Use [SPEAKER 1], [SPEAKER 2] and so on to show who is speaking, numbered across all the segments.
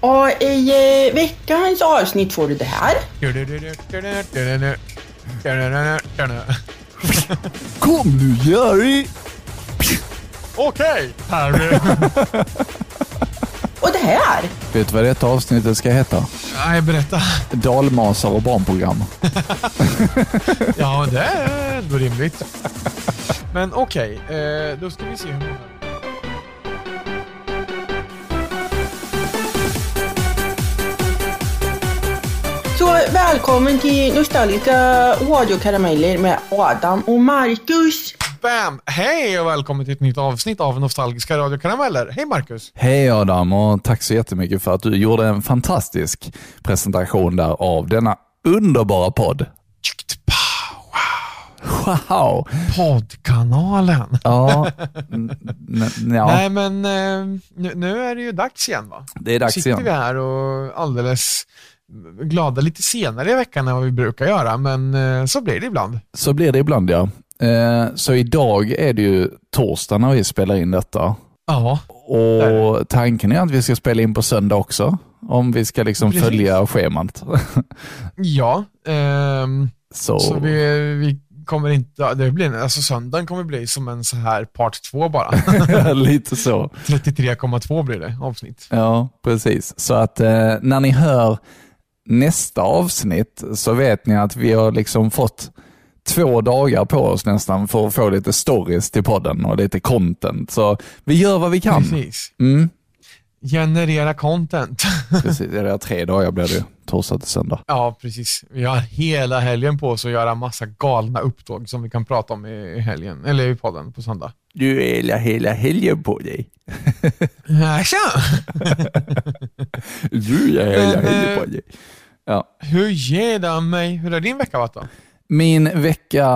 [SPEAKER 1] Och i eh, veckans avsnitt får du det här.
[SPEAKER 2] Kom nu Jerry!
[SPEAKER 3] Okej, Harry.
[SPEAKER 1] Och det här.
[SPEAKER 2] Vet du vad detta avsnittet ska heta?
[SPEAKER 3] Nej, berätta.
[SPEAKER 2] Dalmasar och barnprogram.
[SPEAKER 3] Ja, det är ändå rimligt. Men okej, eh, då ska vi se hur många...
[SPEAKER 1] Så välkommen till Nostalgiska radiokarameller med Adam och Marcus.
[SPEAKER 3] Bam! Hej och välkommen till ett nytt avsnitt av Nostalgiska radiokarameller. Hej Marcus!
[SPEAKER 2] Hej Adam och tack så jättemycket för att du gjorde en fantastisk presentation där av denna underbara podd.
[SPEAKER 3] Tjukt pow.
[SPEAKER 2] Wow!
[SPEAKER 3] Poddkanalen.
[SPEAKER 2] Ja, n- n- ja
[SPEAKER 3] Nej men eh, nu, nu är det ju dags igen va?
[SPEAKER 2] det är dags
[SPEAKER 3] Sitter vi
[SPEAKER 2] igen.
[SPEAKER 3] här och alldeles glada lite senare i veckan än vad vi brukar göra, men eh, så blir det ibland.
[SPEAKER 2] Så blir det ibland ja. Eh, Så idag är det ju torsdag när vi spelar in detta.
[SPEAKER 3] Ja.
[SPEAKER 2] Och tanken är att vi ska spela in på söndag också. Om vi ska liksom
[SPEAKER 3] Precis.
[SPEAKER 2] följa schemat.
[SPEAKER 3] Ja, ehm,
[SPEAKER 2] Så,
[SPEAKER 3] så vi, vi kommer inte, det blir, alltså söndagen kommer bli som en så här part två bara.
[SPEAKER 2] lite så.
[SPEAKER 3] 33,2 blir det avsnitt.
[SPEAKER 2] Ja, precis. Så att eh, när ni hör nästa avsnitt så vet ni att vi har liksom fått två dagar på oss nästan för att få lite stories till podden och lite content. Så vi gör vad vi kan.
[SPEAKER 3] Precis.
[SPEAKER 2] Mm,
[SPEAKER 3] Generera content.
[SPEAKER 2] precis. Det är tre dagar blir det ju. Torsdag till söndag.
[SPEAKER 3] ja, precis. Vi har hela helgen på oss att göra massa galna upptåg som vi kan prata om i helgen, eller i podden på söndag.
[SPEAKER 2] Du är hela, hela helgen på dig.
[SPEAKER 3] Äh, Tja!
[SPEAKER 2] Du är
[SPEAKER 3] hela Men, helgen på
[SPEAKER 2] dig.
[SPEAKER 3] Hur ger det mig? Hur har din vecka varit då?
[SPEAKER 2] Min vecka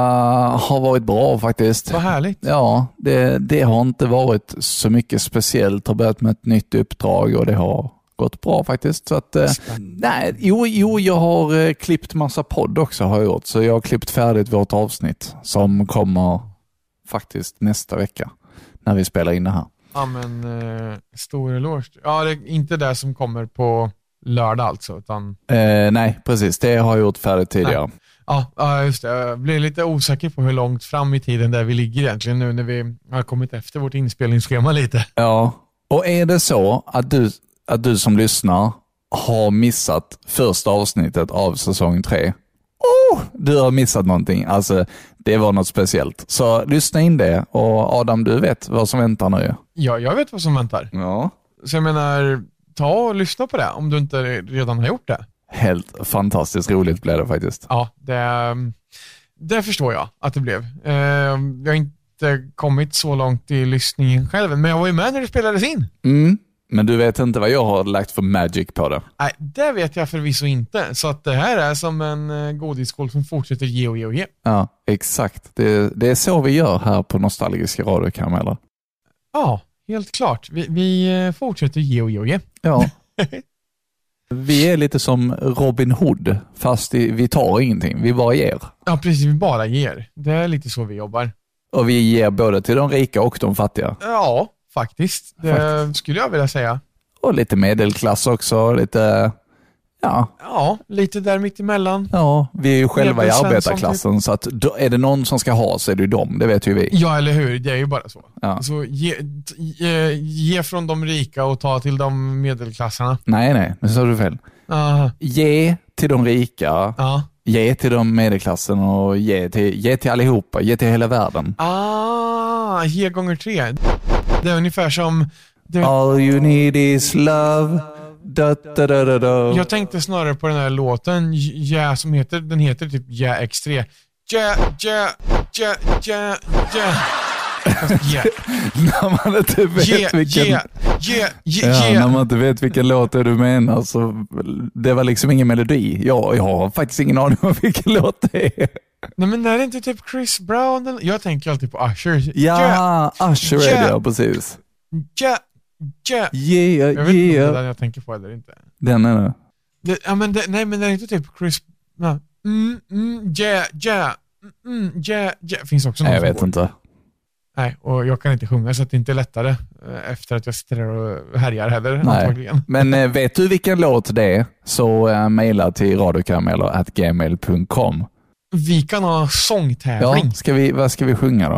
[SPEAKER 2] har varit bra faktiskt.
[SPEAKER 3] Vad härligt.
[SPEAKER 2] Ja, det, det har inte varit så mycket speciellt. Har börjat med ett nytt uppdrag och det har gått bra faktiskt. Så att, eh, nej, jo, jo, jag har eh, klippt massa podd också har jag gjort. Så jag har klippt färdigt vårt avsnitt som kommer faktiskt nästa vecka när vi spelar in det här.
[SPEAKER 3] Ja, men eh, stor eloge. Ja, det är inte det som kommer på lördag alltså, utan
[SPEAKER 2] Eh, nej, precis. Det har jag gjort färdigt tidigare.
[SPEAKER 3] Ja, ja, just det. Jag blir lite osäker på hur långt fram i tiden där vi ligger egentligen nu när vi har kommit efter vårt inspelningsschema lite.
[SPEAKER 2] Ja. Och är det så att du, att du som lyssnar har missat första avsnittet av säsong tre, oh, du har missat någonting. Alltså, det var något speciellt. Så lyssna in det och Adam, du vet vad som väntar nu.
[SPEAKER 3] Ja, jag vet vad som väntar.
[SPEAKER 2] Ja.
[SPEAKER 3] Så jag menar, ta och lyssna på det om du inte redan har gjort det.
[SPEAKER 2] Helt fantastiskt roligt blev det faktiskt.
[SPEAKER 3] Ja, det, det förstår jag att det blev. Eh, Jag har inte kommit så långt i lyssningen själv, men jag var ju med när det spelades in.
[SPEAKER 2] Mm. Men du vet inte vad jag har lagt för magic på det.
[SPEAKER 3] Nej, det vet jag förvisso inte. Så att det här är som en eh, godisskål som fortsätter ge och ge och ge.
[SPEAKER 2] Ja, exakt. Det, det är så vi gör här på Nostalgiska radiokarameller.
[SPEAKER 3] Ja, helt klart. Vi, vi eh, fortsätter ge och ge och ge.
[SPEAKER 2] Ja. Vi är lite som Robin Hood, fast i- vi tar ingenting. Vi bara ger.
[SPEAKER 3] Ja, precis. Vi bara ger. Det är lite så vi jobbar.
[SPEAKER 2] Och vi ger både till de rika och de fattiga.
[SPEAKER 3] Ja, faktiskt. Det
[SPEAKER 2] Faktiskt.
[SPEAKER 3] skulle jag vilja säga.
[SPEAKER 2] Och lite medelklass också. Lite, ja,
[SPEAKER 3] Ja, lite där mittemellan.
[SPEAKER 2] ja, vi är ju själva i
[SPEAKER 3] Edel Svensson,
[SPEAKER 2] arbetarklassen, så att då, är det någon som ska ha så är det ju dem. Det vet ju vi.
[SPEAKER 3] Ja, eller hur? Det är ju bara så.
[SPEAKER 2] Ja.
[SPEAKER 3] Så ge, t- ge, ge från de rika och ta till de medelklassarna.
[SPEAKER 2] Nej, nej, nu sa du fel.
[SPEAKER 3] Ja,
[SPEAKER 2] Ge till de rika,
[SPEAKER 3] ja.
[SPEAKER 2] ge till de medelklassen och ge till, ge till allihopa, ge till hela världen.
[SPEAKER 3] Ah, ge gånger tre. Det är ungefär som... Det,
[SPEAKER 2] All you need is love. Da, da, da, da, da.
[SPEAKER 3] Jag tänkte snarare på den här låten, ja, som heter, den heter typ Ja X3. Ja, ja, ja, ja, ja. Fast Ja,
[SPEAKER 2] när man inte vet
[SPEAKER 3] ja,
[SPEAKER 2] vilken...
[SPEAKER 3] ja, ja, ja,
[SPEAKER 2] Ja, när
[SPEAKER 3] ja.
[SPEAKER 2] man inte vet vilken låt det är du menar så det var liksom ingen melodi. Ja, jag har faktiskt ingen aning om vilken låt det är.
[SPEAKER 3] Nej men är det inte typ Chris Brown eller? Jag tänker alltid på Usher.
[SPEAKER 2] Ja, Usher är det,
[SPEAKER 3] Ja.
[SPEAKER 2] ja, precis.
[SPEAKER 3] ja, ja. Jag
[SPEAKER 2] Yeah,
[SPEAKER 3] vet inte om det är
[SPEAKER 2] yeah.
[SPEAKER 3] den jag tänker på eller inte.
[SPEAKER 2] Den är det.
[SPEAKER 3] Det, ja, men det, nej men är det inte typ Chris... Nej. Mm, mm, ja, ja. Mm, Mm, ja, ja. Finns också någon
[SPEAKER 2] Nej, jag
[SPEAKER 3] som
[SPEAKER 2] vet
[SPEAKER 3] går.
[SPEAKER 2] inte.
[SPEAKER 3] Nej, och jag kan inte sjunga så att det inte är lättare eh, efter att jag sitter där och härjar heller
[SPEAKER 2] Nej.
[SPEAKER 3] antagligen.
[SPEAKER 2] Men eh, vet du vilken låt det är så eh, mejla till radiokarameller.gmail.com.
[SPEAKER 3] Vi kan ha
[SPEAKER 2] Ja,
[SPEAKER 3] sångtävling.
[SPEAKER 2] ska vi, vad ska vi sjunga då?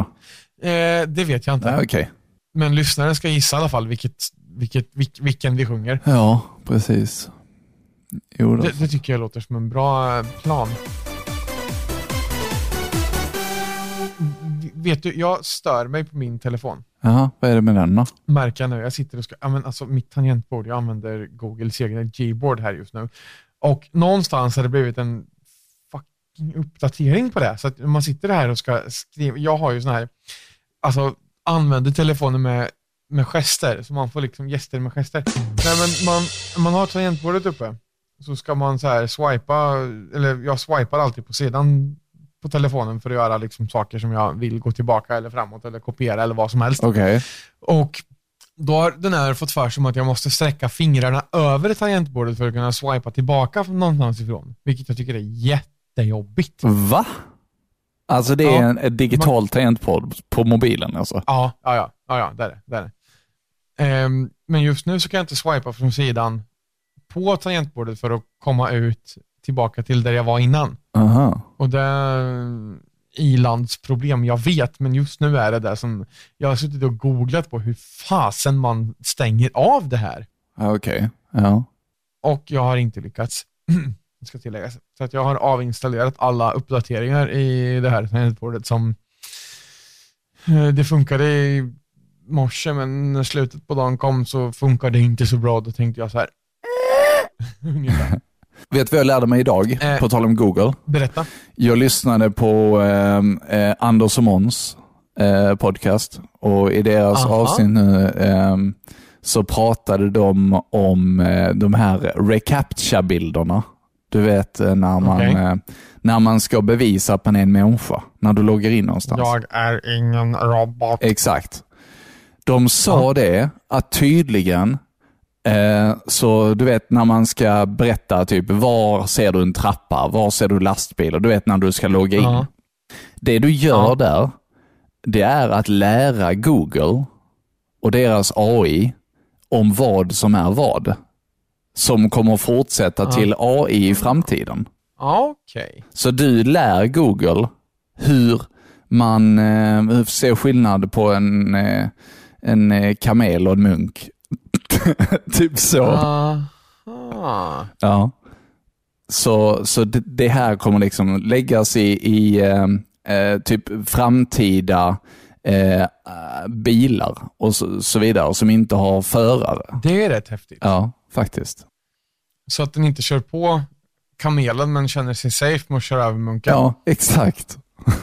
[SPEAKER 3] Eh, det vet jag inte.
[SPEAKER 2] Ja, Okej.
[SPEAKER 3] Men lyssnaren ska gissa i alla fall vilket, vilket, vil, vilken vi sjunger.
[SPEAKER 2] Ja, precis. Jo då.
[SPEAKER 3] Det, det tycker jag låter som en bra eh, plan. V- Vet du, jag stör mig på min telefon.
[SPEAKER 2] Jaha, vad är det med den då?
[SPEAKER 3] Märker jag nu. Jag sitter och ska, ja, men alltså mitt tangentbord, jag använder Googles egna G-board här just nu. Och någonstans har det blivit en fucking uppdatering på det. Så att när man sitter här och ska skriva, jag har ju sån här, alltså använder telefonen med, med gester, så man får liksom gester med gester. Nej men man, man har tangentbordet uppe, så ska man så här swipa, eller jag swipar alltid på sidan på telefonen för att göra liksom saker som jag vill gå tillbaka eller framåt eller kopiera eller vad som helst.
[SPEAKER 2] Okej.
[SPEAKER 3] Och då har den här fått för sig om att jag måste sträcka fingrarna över tangentbordet för att kunna swipa tillbaka från någonstans ifrån. Vilket jag tycker är jättejobbigt.
[SPEAKER 2] Va? Alltså det är
[SPEAKER 3] Ja.
[SPEAKER 2] en, ett digitalt tangentbord på mobilen alltså?
[SPEAKER 3] Ja, ja, ja, ja, ja där är det. Där är det. Ehm, men just nu så kan jag inte swipa från sidan på tangentbordet för att komma ut tillbaka till där jag var innan.
[SPEAKER 2] Aha.
[SPEAKER 3] Och det är ilandsproblem, jag vet, men just nu är det där som jag har suttit och googlat på hur fasen man stänger av det här.
[SPEAKER 2] Ja, Okej. Ja.
[SPEAKER 3] och jag har inte lyckats. Det ska tilläggas. Så att jag har avinstallerat alla uppdateringar i det här tangentbordet som eh, det funkade i morse, men när slutet på dagen kom så funkade det inte så bra. Då tänkte jag så här. Ungefär.
[SPEAKER 2] Vet du vad jag lärde mig idag?
[SPEAKER 3] Eh.
[SPEAKER 2] På tal om Google.
[SPEAKER 3] Berätta.
[SPEAKER 2] Jag lyssnade på ehm, eh, Anders och Måns eh, podcast och i deras
[SPEAKER 3] Aha.
[SPEAKER 2] avsnitt nu ehm, så pratade de om eh, de här recaptcha-bilderna. Du vet eh, när man,
[SPEAKER 3] Okej.
[SPEAKER 2] eh, när man ska bevisa att man är en människa, när du loggar in någonstans.
[SPEAKER 3] Jag är ingen robot.
[SPEAKER 2] Exakt. De sa det att tydligen, eh, så du vet när man ska berätta typ var ser du en trappa, var ser du lastbilar, du vet när du ska logga in.
[SPEAKER 3] Ja.
[SPEAKER 2] Det du gör
[SPEAKER 3] Ja.
[SPEAKER 2] där, det är att lära Google och deras AI om vad som är vad. Som kommer fortsätta
[SPEAKER 3] Ja.
[SPEAKER 2] till AI i framtiden.
[SPEAKER 3] Ja, Okej.
[SPEAKER 2] Så du lär Google hur man eh, hur ser skillnad på en, eh, en eh, kamel och en munk. typ så.
[SPEAKER 3] Aha.
[SPEAKER 2] Ja. Så, så det, det här kommer liksom läggas i, i eh, eh, typ framtida eh, bilar och så, så vidare som inte har förare.
[SPEAKER 3] Det är rätt häftigt.
[SPEAKER 2] Ja, faktiskt.
[SPEAKER 3] Så att den inte kör på kamelen men känner sig safe med att köra över munken.
[SPEAKER 2] Ja, exakt.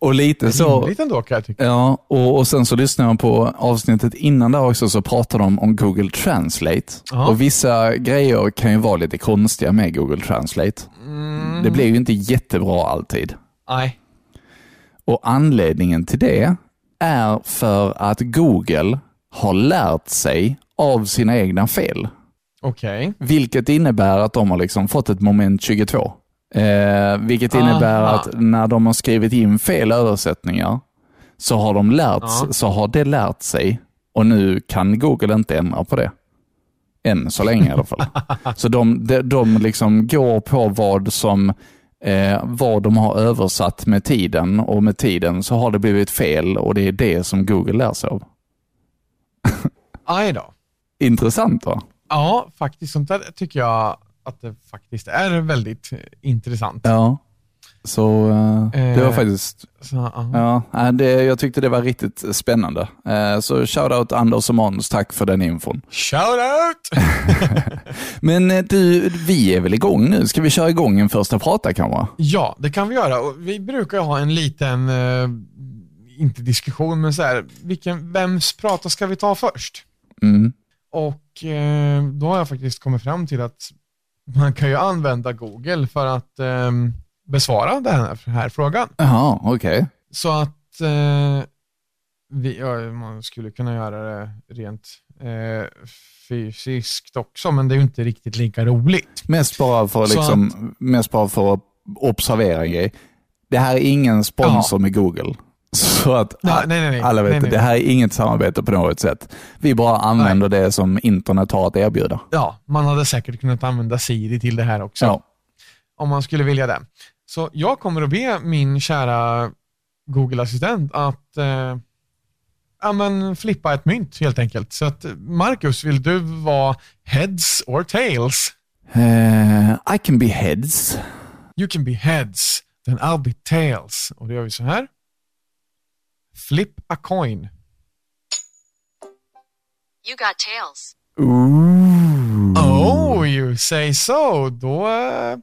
[SPEAKER 2] och lite så,
[SPEAKER 3] Rimligt ändå kan jag tycka.
[SPEAKER 2] Ja, och, och sen så lyssnade jag på avsnittet innan där också så pratade de om Google Translate.
[SPEAKER 3] Ja.
[SPEAKER 2] Och vissa grejer kan ju vara lite konstiga med Google Translate.
[SPEAKER 3] Mm.
[SPEAKER 2] Det blir ju inte jättebra alltid.
[SPEAKER 3] Nej.
[SPEAKER 2] Och anledningen till det är för att Google har lärt sig av sina egna fel.
[SPEAKER 3] Okej.
[SPEAKER 2] Vilket innebär att de har liksom fått ett moment 22. Eh, vilket innebär
[SPEAKER 3] Aha.
[SPEAKER 2] att när de har skrivit in fel översättningar så har, de lärt,
[SPEAKER 3] Ja.
[SPEAKER 2] så har det lärt sig och nu kan Google inte ändra på det. Än så länge i alla fall. så de, de, de liksom går på vad som eh, vad de har översatt med tiden och med tiden så har det blivit fel och det är det som Google lär sig av.
[SPEAKER 3] Aj då.
[SPEAKER 2] Intressant va?
[SPEAKER 3] Ja, faktiskt. Sånt där tycker jag att det faktiskt är väldigt eh, intressant.
[SPEAKER 2] Ja. Så eh, det var
[SPEAKER 3] Eh.
[SPEAKER 2] faktiskt
[SPEAKER 3] Så, ja.
[SPEAKER 2] Ja, nej, det, jag tyckte det var riktigt spännande. Eh, Så shoutout Anders och Måns, tack för den infon.
[SPEAKER 3] Shout out!
[SPEAKER 2] Men eh, du, vi är väl igång nu? Ska vi köra igång en första prata kanske?
[SPEAKER 3] Ja, det kan vi göra. Och vi brukar ju ha en liten, eh, inte diskussion, men så här, vilken, vems prata ska vi ta först?
[SPEAKER 2] Mm.
[SPEAKER 3] Och eh, då har jag faktiskt kommit fram till att man kan ju använda Google för att eh, besvara den här, här frågan.
[SPEAKER 2] Jaha, okej.
[SPEAKER 3] Så att eh, vi, ja, man skulle kunna göra det rent eh, fysiskt också, men det är ju inte riktigt lika roligt.
[SPEAKER 2] Mest bara för att
[SPEAKER 3] Så
[SPEAKER 2] liksom, mest bara för att observera en grej. Det här är ingen sponsor med Google. Så att
[SPEAKER 4] Nej, nej, nej, nej.
[SPEAKER 2] alla vet
[SPEAKER 4] Nej,
[SPEAKER 2] att
[SPEAKER 4] nej.
[SPEAKER 2] det här är inget samarbete på något sätt. Vi bara använder det som internet har att erbjuda.
[SPEAKER 4] Ja, man hade säkert kunnat använda Siri till det här också.
[SPEAKER 2] Ja.
[SPEAKER 4] om man skulle vilja det. Så jag kommer att be min kära Google-assistent att eh, ja, men flippa ett mynt helt enkelt. Så att Marcus, vill du vara heads or tails?
[SPEAKER 2] Eh, I can be heads.
[SPEAKER 4] You can be heads, then I'll be tails. Och det gör vi så här. Flip a coin.
[SPEAKER 5] You got tails.
[SPEAKER 2] Ooh.
[SPEAKER 4] Oh, you say so. Då eh,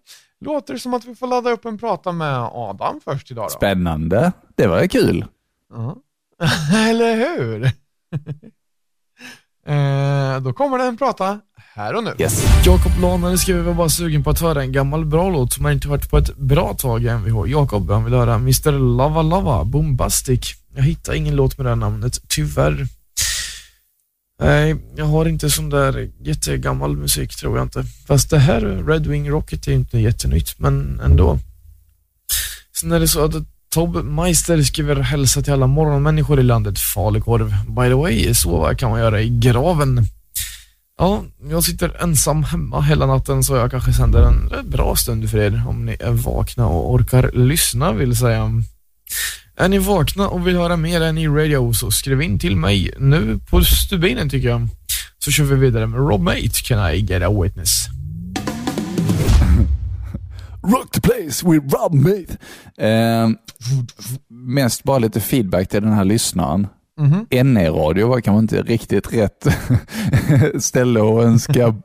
[SPEAKER 4] låter det som att vi får ladda upp en prata med Adam först idag. Då.
[SPEAKER 2] Spännande. Det var ju kul.
[SPEAKER 4] Ja. Eller hur? eh, då kommer den prata här och nu.
[SPEAKER 2] Yes.
[SPEAKER 3] Jakob Lanare skriver var bara sugen på att höra en gammal bra låt som jag inte hört på ett bra tag i MVH. Jakob, han vill höra Mr Lava Lava, Bombastic. Jag hittar ingen låt med det här namnet, tyvärr. Nej, jag har inte sån där jättegammal musik tror jag inte. Fast det här Red Wing Rocket är inte jättenytt, men ändå. Sen är det så att Tob Meister skriver hälsa till alla morgonmänniskor i landet falukorv. By the way, sova kan man göra i graven. Ja, jag sitter ensam hemma hela natten så jag kanske sänder en bra stund för er om ni är vakna och orkar lyssna vill säga. Är ni vakna och vill höra mer än i radio så skriv in till mig nu på stubinen tycker jag. Så kör vi vidare med Rob Mate, Can I Get A Witness?
[SPEAKER 2] Rock the place with Rob Mate. Eh, mest bara lite feedback till den här lyssnaren.
[SPEAKER 4] Mhm.
[SPEAKER 2] NE-radio var kanske inte riktigt rätt ställe att önska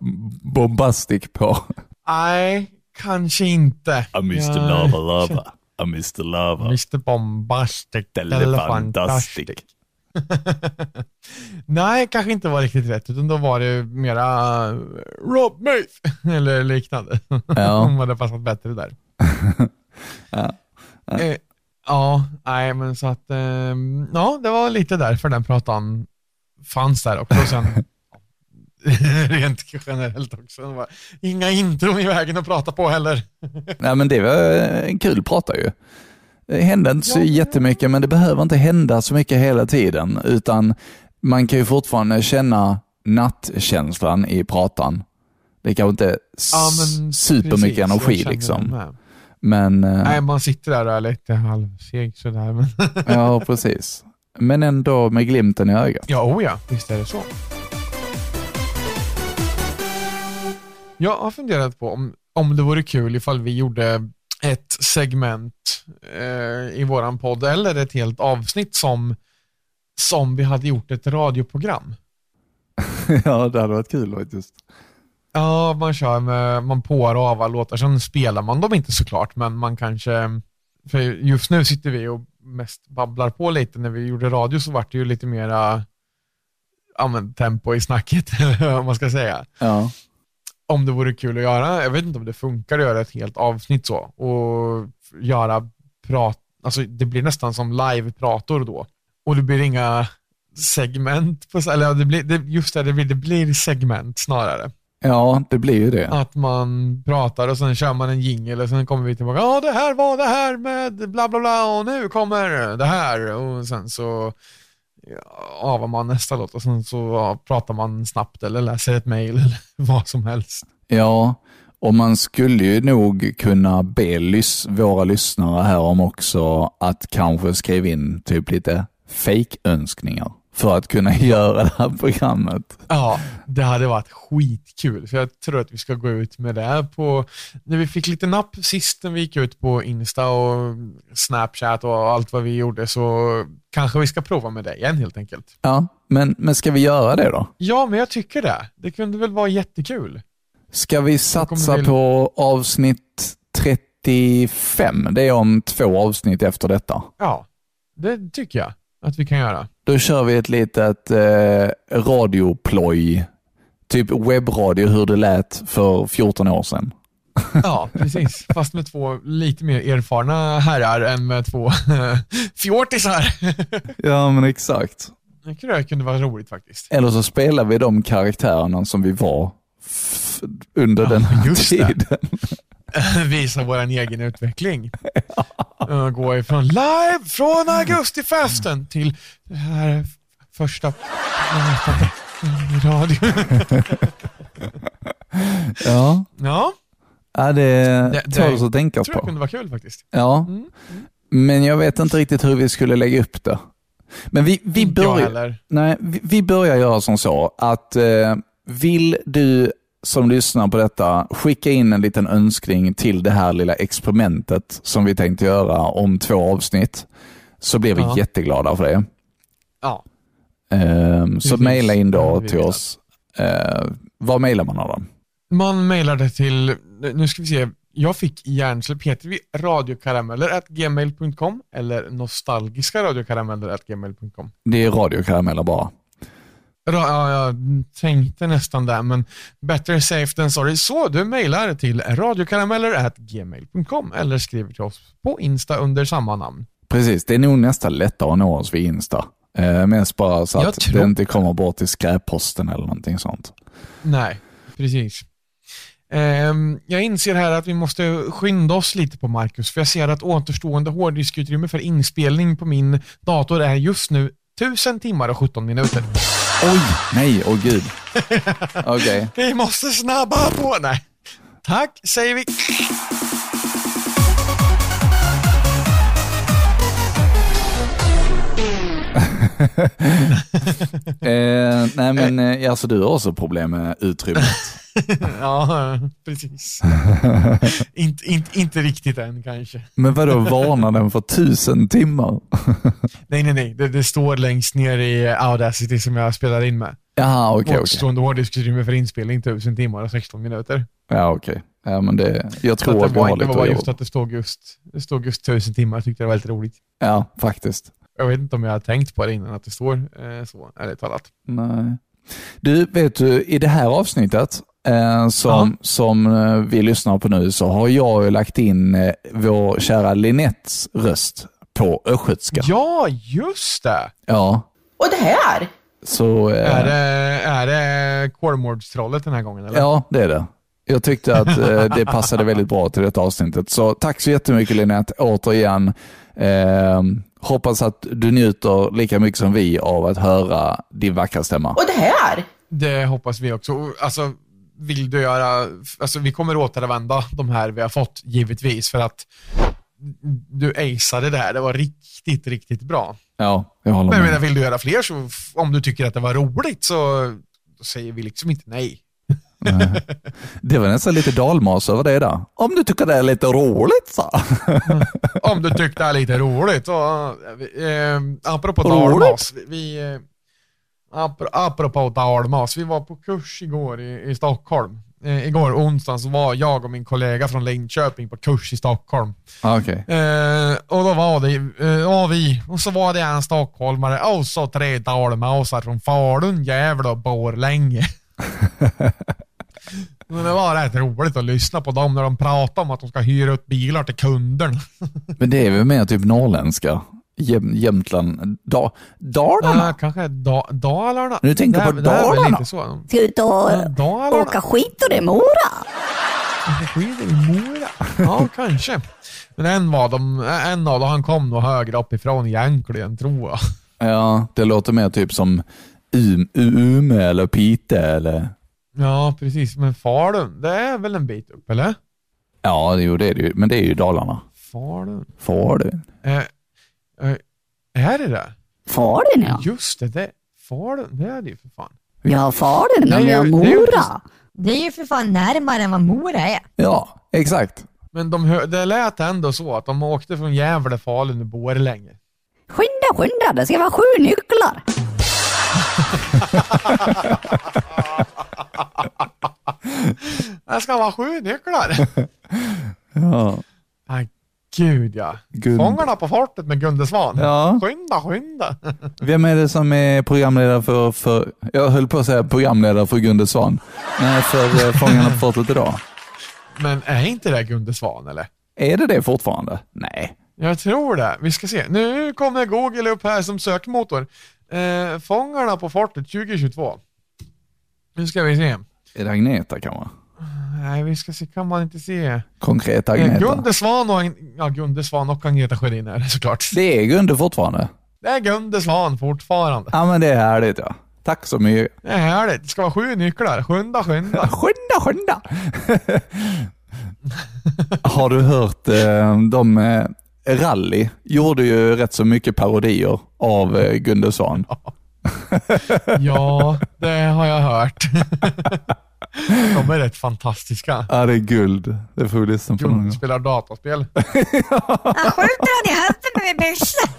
[SPEAKER 2] bombastic på.
[SPEAKER 4] Nej, kanske inte.
[SPEAKER 2] I miss the
[SPEAKER 4] Nej,
[SPEAKER 2] lava lava. I miss the lava.
[SPEAKER 4] Mr Bombastic.
[SPEAKER 2] Telefantastic.
[SPEAKER 4] Nej, kanske inte var riktigt rätt, utan då var det mera eh, Rob Mate eller liknande. Hon
[SPEAKER 2] Ja.
[SPEAKER 4] hade passat bättre där.
[SPEAKER 2] Ja. Ja.
[SPEAKER 4] Eh, ja, nej men så att, eh, ja det var lite därför den pratan fanns där också. Och sen, rent generellt också, det var inga intron i vägen att prata på heller.
[SPEAKER 2] Nej, men det var en kul prata ju. Det hände inte så
[SPEAKER 4] Ja.
[SPEAKER 2] jättemycket, men det behöver inte hända så mycket hela tiden, utan man kan ju fortfarande känna nattkänslan i pratan. Det kanske inte
[SPEAKER 4] Ja,
[SPEAKER 2] men,
[SPEAKER 4] men
[SPEAKER 2] supermycket
[SPEAKER 4] precis, jag
[SPEAKER 2] energi
[SPEAKER 4] känner det
[SPEAKER 2] liksom,
[SPEAKER 4] med.
[SPEAKER 2] men eh,
[SPEAKER 4] Nej, man sitter där och är lite halvseg sådär. Men
[SPEAKER 2] ja, precis. Men ändå med glimten i ögat.
[SPEAKER 4] ja, oh ja, visst är det så. Jag har funderat på om, om det vore kul ifall vi gjorde ett segment eh, i våran podd eller ett helt avsnitt som, som vi hade gjort ett radioprogram.
[SPEAKER 2] ja, det hade varit kul faktiskt.
[SPEAKER 4] Ja, man kör med, man påar och avar låtar, sen spelar man dem inte såklart, men man kanske, för just nu sitter vi och mest babblar på lite. När vi gjorde radio så var det ju lite mera ja, men, tempo i snacket, eller vad man ska säga.
[SPEAKER 2] Ja.
[SPEAKER 4] Om det vore kul att göra, jag vet inte om det funkar att göra ett helt avsnitt så och göra prat, alltså det blir nästan som live-prator då. Och det blir inga segment, på, eller ja, det blir, det, just det, det blir, det blir segment snarare
[SPEAKER 2] ja, det blir ju det.
[SPEAKER 4] att man pratar och sen kör man en jingel och sen kommer vi tillbaka. Ja, det här var det här med bla bla bla och nu kommer det här och sen så ja, avar man nästa låt och sen så ja, pratar man snabbt eller läser ett mejl eller vad som helst.
[SPEAKER 2] Ja, och man skulle ju nog kunna be lys- våra lyssnare här om också att kanske skriva in typ lite fake-önskningar för att kunna göra det här programmet.
[SPEAKER 4] Ja, det hade varit skitkul. För jag tror att vi ska gå ut med det här på... När vi fick lite napp sist när vi gick ut på Insta och Snapchat och allt vad vi gjorde så kanske vi ska prova med det igen helt enkelt.
[SPEAKER 2] Ja, men, men ska vi göra det då?
[SPEAKER 4] Ja, men jag tycker det. Det kunde väl vara jättekul.
[SPEAKER 2] Ska vi
[SPEAKER 4] kommer
[SPEAKER 2] satsa
[SPEAKER 4] vi-
[SPEAKER 2] på avsnitt 35? Det är om två avsnitt efter detta.
[SPEAKER 4] Ja, det tycker jag att vi kan göra.
[SPEAKER 2] Då kör vi ett litet eh, radioploj, typ webbradio hur det lät för 14 år sedan.
[SPEAKER 4] Ja, precis. Fast med två lite mer erfarna herrar än med två fjortisar.
[SPEAKER 2] Ja, men exakt.
[SPEAKER 4] Det tror jag kunde vara roligt faktiskt.
[SPEAKER 2] Eller så spelar vi de karaktärerna som vi var f- under den här
[SPEAKER 4] just det.
[SPEAKER 2] tiden.
[SPEAKER 4] visa vår egen utveckling. Eh, Gå ifrån live från augustifesten till det här f- första pratan i radio.
[SPEAKER 2] Ja,
[SPEAKER 4] Ja,
[SPEAKER 2] ja det
[SPEAKER 4] det-
[SPEAKER 2] tåls att tänkas
[SPEAKER 4] tror jag
[SPEAKER 2] på.
[SPEAKER 4] kunde vara kul faktiskt.
[SPEAKER 2] Ja,
[SPEAKER 4] Mm.
[SPEAKER 2] men jag vet inte riktigt hur vi skulle lägga upp det. Men vi, vi
[SPEAKER 4] Inte jag
[SPEAKER 2] börjar...
[SPEAKER 4] heller.
[SPEAKER 2] Nej, vi, vi börjar göra som så att eh, vill du som lyssnar på detta skicka in en liten önskning till det här lilla experimentet som vi tänkte göra om två avsnitt så blir vi
[SPEAKER 4] Ja.
[SPEAKER 2] jätteglada för det.
[SPEAKER 4] Ja.
[SPEAKER 2] Ehm, så
[SPEAKER 4] Precis.
[SPEAKER 2] mejla in
[SPEAKER 4] Ja,
[SPEAKER 2] då
[SPEAKER 4] vi
[SPEAKER 2] till
[SPEAKER 4] vill.
[SPEAKER 2] oss. Eh, vad mejlar man Adam?
[SPEAKER 4] Man mejlade till, nu ska vi se, jag fick hjärnsläpp. Heter vi radiokarameller.gmail.com eller nostalgiska radiokarameller.gmail.com?
[SPEAKER 2] Det är radiokarameller bara.
[SPEAKER 4] Ra- Ja, jag tänkte nästan där, men better safe than sorry. Så du mejlar till radiokarameller.gmail.com eller skriver till oss på Insta under samma namn.
[SPEAKER 2] Precis, det är nog nästan lättare att nå oss vid Insta. Eh, mest bara så
[SPEAKER 4] Jag
[SPEAKER 2] att
[SPEAKER 4] tror-
[SPEAKER 2] det inte kommer bort till skräpposten eller någonting sånt.
[SPEAKER 4] Nej, precis. Ehm, jag inser här att vi måste skynda oss lite på Marcus, för jag ser att återstående hårddiskutrymme för inspelning på min dator är just nu 1000 timmar och 17 minuter.
[SPEAKER 2] Oj, nej, åh gud. Okej.
[SPEAKER 4] Vi måste snabba på! Nej. Tack, säger vi.
[SPEAKER 2] Eh, nej men eh, alltså du har också problem med utrymmet.
[SPEAKER 4] Ja, precis. inte, inte, inte riktigt än kanske.
[SPEAKER 2] Men vadå varnar den för tusen timmar?
[SPEAKER 4] Nej, nej, nej. Det, det står längst ner i Audacity som jag spelar in med.
[SPEAKER 2] Jaha okej okej.
[SPEAKER 4] Återstående hårddiskutrymme för inspelning 1000 timmar och 16 minuter.
[SPEAKER 2] Ja okej. Ja men det, jag
[SPEAKER 4] Så
[SPEAKER 2] tror
[SPEAKER 4] att
[SPEAKER 2] att
[SPEAKER 4] det
[SPEAKER 2] vi har
[SPEAKER 4] var, det
[SPEAKER 2] lite
[SPEAKER 4] var
[SPEAKER 2] att
[SPEAKER 4] just
[SPEAKER 2] jobba
[SPEAKER 4] att det stod just, det stod just 1000 timmar. Jag tyckte det var väldigt roligt.
[SPEAKER 2] Ja faktiskt.
[SPEAKER 4] Jag vet inte om jag har tänkt på det innan att det står eh, så, ärligt talat.
[SPEAKER 2] Nej. Du vet du, i det här avsnittet eh, som, som eh, vi lyssnar på nu så har jag ju lagt in eh, vår kära Linettes röst på östgötska.
[SPEAKER 4] Ja, just det!
[SPEAKER 2] Ja.
[SPEAKER 1] Och det här!
[SPEAKER 2] Så, eh,
[SPEAKER 4] Är det, är det Kolmårdstrollet den här gången? Eller?
[SPEAKER 2] Ja, det är det. Jag tyckte att eh, det passade väldigt bra till detta avsnittet. Så tack så jättemycket Linette, återigen. Eh, hoppas att du njuter lika mycket som vi av att höra din vackra stämma.
[SPEAKER 1] Och det här!
[SPEAKER 4] Det hoppas vi också. Och, Alltså, vill du göra, alltså, vi kommer återanvända de här vi har fått givetvis för att du aceade det här. Det var riktigt, riktigt bra.
[SPEAKER 2] Ja, jag håller
[SPEAKER 4] Men jag menar,
[SPEAKER 2] med.
[SPEAKER 4] vill du göra fler så f- om du tycker att det var roligt så då säger vi liksom inte nej.
[SPEAKER 2] Det var nästan lite dalmas över det där. Om du tycker det är lite roligt så.
[SPEAKER 4] Om du tyckte det är lite roligt. Och, eh, apropå
[SPEAKER 2] Roligt.
[SPEAKER 4] dalmas. vi- Vi, eh, apro- apropå dalmas, vi var på kurs igår i, i Stockholm. Eh, igår onsdag så var jag och min kollega från Linköping på kurs i Stockholm.
[SPEAKER 2] Ah, Okej.
[SPEAKER 4] Eh, och då var det, eh, ja vi, och så var det en stockholmare och så tre dalmasar från Falun, Gävle och Borlänge. Men det var rätt roligt att lyssna på dem när de pratade om att de ska hyra ut bilar till kunderna.
[SPEAKER 2] Men det är väl mer typ norrländska? Jäm, Jämtland? Da, Dalarna?
[SPEAKER 4] Ja, kanske da, Dalarna.
[SPEAKER 2] Nu tänker jag på
[SPEAKER 4] Det är- det är väl
[SPEAKER 2] Dalarna.
[SPEAKER 4] inte så.
[SPEAKER 6] Ska ut och eh,
[SPEAKER 4] Dalarna.
[SPEAKER 6] åka skidor i Mora?
[SPEAKER 4] Åka skidor i Mora. Ja, kanske. Men en av dem, en av dem han kom nog högre uppifrån egentligen, tror jag.
[SPEAKER 2] Ja, det låter mer typ som Um- Umeå eller Piteå eller
[SPEAKER 4] Ja, precis. Men Falun, det är väl en bit upp, eller?
[SPEAKER 2] Ja, det- jo, det är det ju. Men det är ju Dalarna.
[SPEAKER 4] Falun.
[SPEAKER 2] Får du?
[SPEAKER 4] Eh, eh, är det det?
[SPEAKER 6] Falun ja.
[SPEAKER 4] Just det, det. Falun, det är det ju för fan.
[SPEAKER 6] Vi har Falun
[SPEAKER 4] Nej,
[SPEAKER 6] och vi har
[SPEAKER 4] det är ju
[SPEAKER 6] Mora. Det är ju för fan närmare än vad Mora är.
[SPEAKER 2] Ja, exakt.
[SPEAKER 4] Men de, hö- det lät ändå så att de åkte från Gävle, Falun och Borlänge.
[SPEAKER 6] Skynda, skynda, det ska vara sju nycklar.
[SPEAKER 4] Det ska vara sju nycklar!
[SPEAKER 2] Ja.
[SPEAKER 4] Nej, Ah, gud ja.
[SPEAKER 2] Gun-
[SPEAKER 4] Fångarna på fortet med Gunde Svan.
[SPEAKER 2] Ja.
[SPEAKER 4] Skynda, skynda!
[SPEAKER 2] Vem är det som är programledare för, för jag höll på att säga programledare för Gunde Svan, nej för eh, Fångarna på fortet idag.
[SPEAKER 4] Men är inte det Gunde Svan eller?
[SPEAKER 2] Är det det fortfarande? Nej.
[SPEAKER 4] Jag tror det. Vi ska se. Nu kommer Google upp här som sökmotor. Eh, fångarna på fortet 2022. Nu ska vi se.
[SPEAKER 2] Är det Agneta kanske?
[SPEAKER 4] Eh, Nej, vi ska se, kan man inte se.
[SPEAKER 2] Konkreta
[SPEAKER 4] Eh,
[SPEAKER 2] Agneta.
[SPEAKER 4] Gunde Svan och, ja, Gunde Svan och Agneta Sjödin är det såklart.
[SPEAKER 2] Det är Gunde fortfarande.
[SPEAKER 4] Det är Gunde Svan fortfarande.
[SPEAKER 2] Ja, men det är härligt ja. Tack så mycket.
[SPEAKER 4] Det är härligt. Det ska vara sju nycklar. Skynda, skynda.
[SPEAKER 2] Skynda, skynda! Har du hört eh, de... Eh, Rally gjorde ju rätt så mycket parodier av eh, Gunde Svan.
[SPEAKER 4] Ja, det har jag hört. De är rätt fantastiska.
[SPEAKER 2] Ja, det är guld. Det får vi lyssna på någon gång.
[SPEAKER 4] Gunde spelar dataspel.
[SPEAKER 7] Han skjuter han i höften med byxan.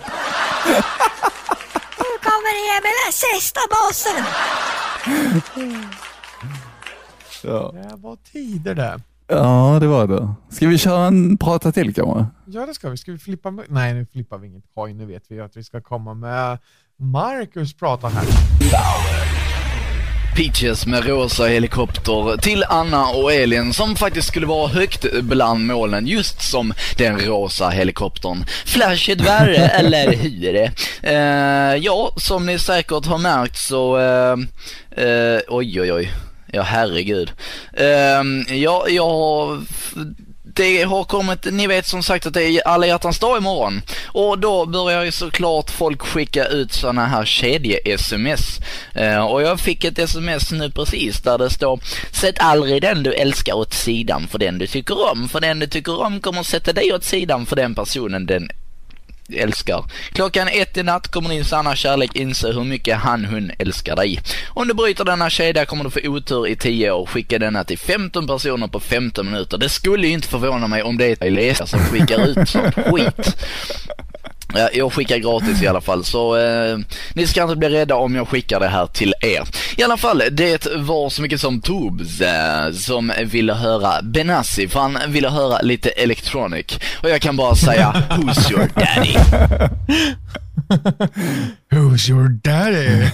[SPEAKER 7] Nu kommer Emil, sista bossen.
[SPEAKER 2] Ja.
[SPEAKER 4] Det var tider det.
[SPEAKER 2] ja, det var det. Ska vi köra en prata till kanske?
[SPEAKER 4] Ja, det ska vi. Ska vi flippa? Med? Nej, nu flippar vi inget coin. Nu vet vi att vi ska komma med Marcus prata här.
[SPEAKER 8] Peaches med rosa helikopter till Anna och Elin som faktiskt skulle vara högt bland molnen just som den rosa helikoptern. Flashigt värre, eller hur? Eh, ja, som ni säkert har märkt så... Eh, eh, oj, oj, oj. Ja, herregud. Eh, ja, jag har... f- det har kommit, ni vet som sagt att det är alla hjärtans dag imorgon. Och då börjar ju såklart folk skicka ut sådana här kedje-sms. Eh, och jag fick ett sms nu precis där det står Sätt aldrig den du älskar åt sidan för den du tycker om. För den du tycker om kommer sätta dig åt sidan för den personen den älskar. Klockan ett i natt kommer din sanna kärlek inse hur mycket han hon älskar dig. Om du bryter denna kedja kommer du få otur i 10 år. Skicka denna till 15 personer på 15 minuter. Det skulle ju inte förvåna mig om det är läsare som skickar ut sånt skit. Ja, Jag skickar gratis i alla fall, så eh, ni ska inte bli rädda om jag skickar det här till er. I alla fall, det var så mycket som Tobs eh, som ville höra Benassi, för han ville höra lite electronic. Och jag kan bara säga, who's your daddy?
[SPEAKER 4] Who's your daddy?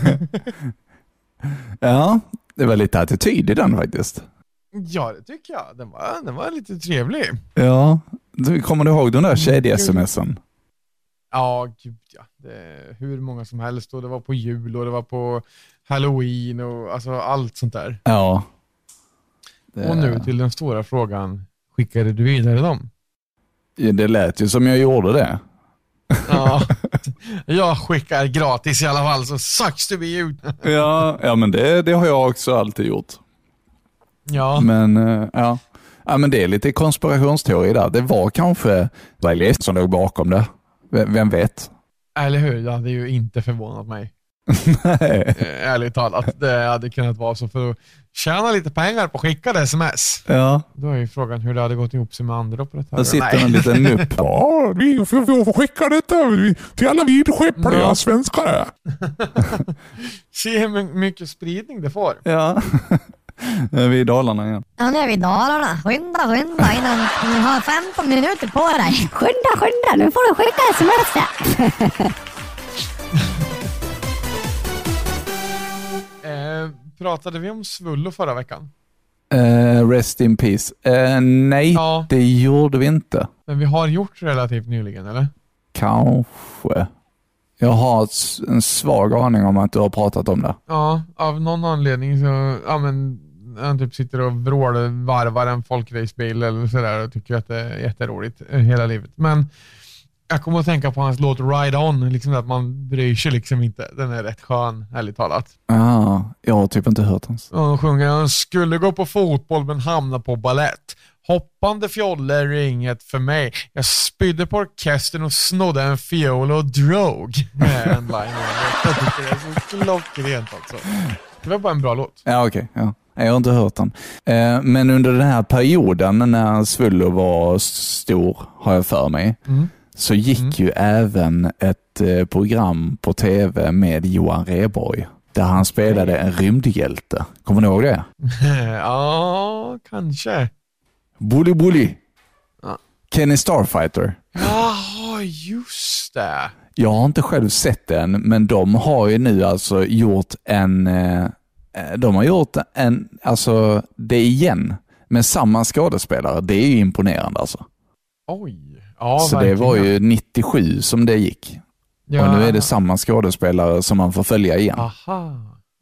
[SPEAKER 2] Ja, det var lite attityd i den faktiskt.
[SPEAKER 4] ja, det tycker jag. Den var, den var lite trevlig.
[SPEAKER 2] Ja, du- kommer du ihåg den
[SPEAKER 4] Mm.
[SPEAKER 2] där kedje-smsen?
[SPEAKER 4] Ja, gud ja. Det, hur många som helst. Och det var på jul och det var på halloween och alltså allt sånt där.
[SPEAKER 2] Ja. Det-
[SPEAKER 4] Och nu till den stora frågan. Skickade du vidare dem?
[SPEAKER 2] Det lät ju som jag gjorde det.
[SPEAKER 4] Ja, jag skickar gratis i alla fall så sucks to be you.
[SPEAKER 2] Ja, ja men det, det har jag också alltid gjort.
[SPEAKER 4] Ja,
[SPEAKER 2] Men eh, ja. ja, men det är lite konspirationsteori där. Det var kanske Wiley som låg bakom det. Vem, vem vet?
[SPEAKER 4] eller hur? Det hade ju inte förvånat mig. Eh, Ärligt talat, det hade kunnat vara så för att tjäna lite pengar på skickade sms.
[SPEAKER 2] ja,
[SPEAKER 4] Då är ju frågan hur det hade gått ihop sig med andra på detta.
[SPEAKER 2] där sitter
[SPEAKER 4] Nej.
[SPEAKER 2] en liten nupp.
[SPEAKER 9] Ja, vi får, vi får skicka detta till alla vidskeppliga
[SPEAKER 4] Ja.
[SPEAKER 9] svenskar.
[SPEAKER 4] Se hur my- mycket spridning det får.
[SPEAKER 2] Ja. Nu är vi i Dalarna igen.
[SPEAKER 7] Ja, nu är vi i Dalarna. Skynda, skynda innan du har 15 minuter på dig.
[SPEAKER 6] Skynda, skynda, nu får du skicka sms.
[SPEAKER 4] Eh, pratade vi om Svullo förra veckan?
[SPEAKER 2] Eh, rest in peace. Eh, nej,
[SPEAKER 4] Ja.
[SPEAKER 2] det gjorde vi inte.
[SPEAKER 4] Men vi har gjort relativt nyligen, eller?
[SPEAKER 2] Kanske. Jag har ett s- en svag aning om att du har pratat om det.
[SPEAKER 4] Ja, av någon anledning så, ja men, han typ sitter och vrålvarvar en folkracebil eller sådär och tycker att det är jätteroligt eh, hela livet. Men jag kommer att tänka på hans låt Ride On, liksom att man bryr sig liksom inte. Den är rätt skön, ärligt talat.
[SPEAKER 2] Ah, jag har typ inte hört hans.
[SPEAKER 4] Och hon sjunger hon skulle gå på fotboll men hamna på ballett. Hoppande fjoller är inget för mig. Jag spydde på orkestern och snodde en fiol och drog. Eh, En line. Jag tycker det är så klockrent alltså. Det var bara en bra låt.
[SPEAKER 2] Ja, okej. ja. Nej, Jag har inte hört den. Eh, men under den här perioden när Svullo var stor, har jag för mig,
[SPEAKER 4] Mm.
[SPEAKER 2] så gick
[SPEAKER 4] Mm.
[SPEAKER 2] ju även ett eh, program på tv med Johan Rheborg där han spelade en rymdhjälte. Kommer ni ihåg det?
[SPEAKER 4] Eh, Ja, kanske.
[SPEAKER 2] Bully Bully.
[SPEAKER 4] Ja.
[SPEAKER 2] Kenny Starfighter.
[SPEAKER 4] Jaha, just det.
[SPEAKER 2] Jag har inte själv sett den, men de har ju nu alltså gjort en... eh, De har gjort en, alltså det igen, med samma skådespelare. Det är ju imponerande alltså.
[SPEAKER 4] Oj. Ja,
[SPEAKER 2] så det
[SPEAKER 4] verkligen.
[SPEAKER 2] var ju 97 som det gick.
[SPEAKER 4] Ja.
[SPEAKER 2] Och nu är det samma skådespelare som man får följa igen.
[SPEAKER 4] Aha,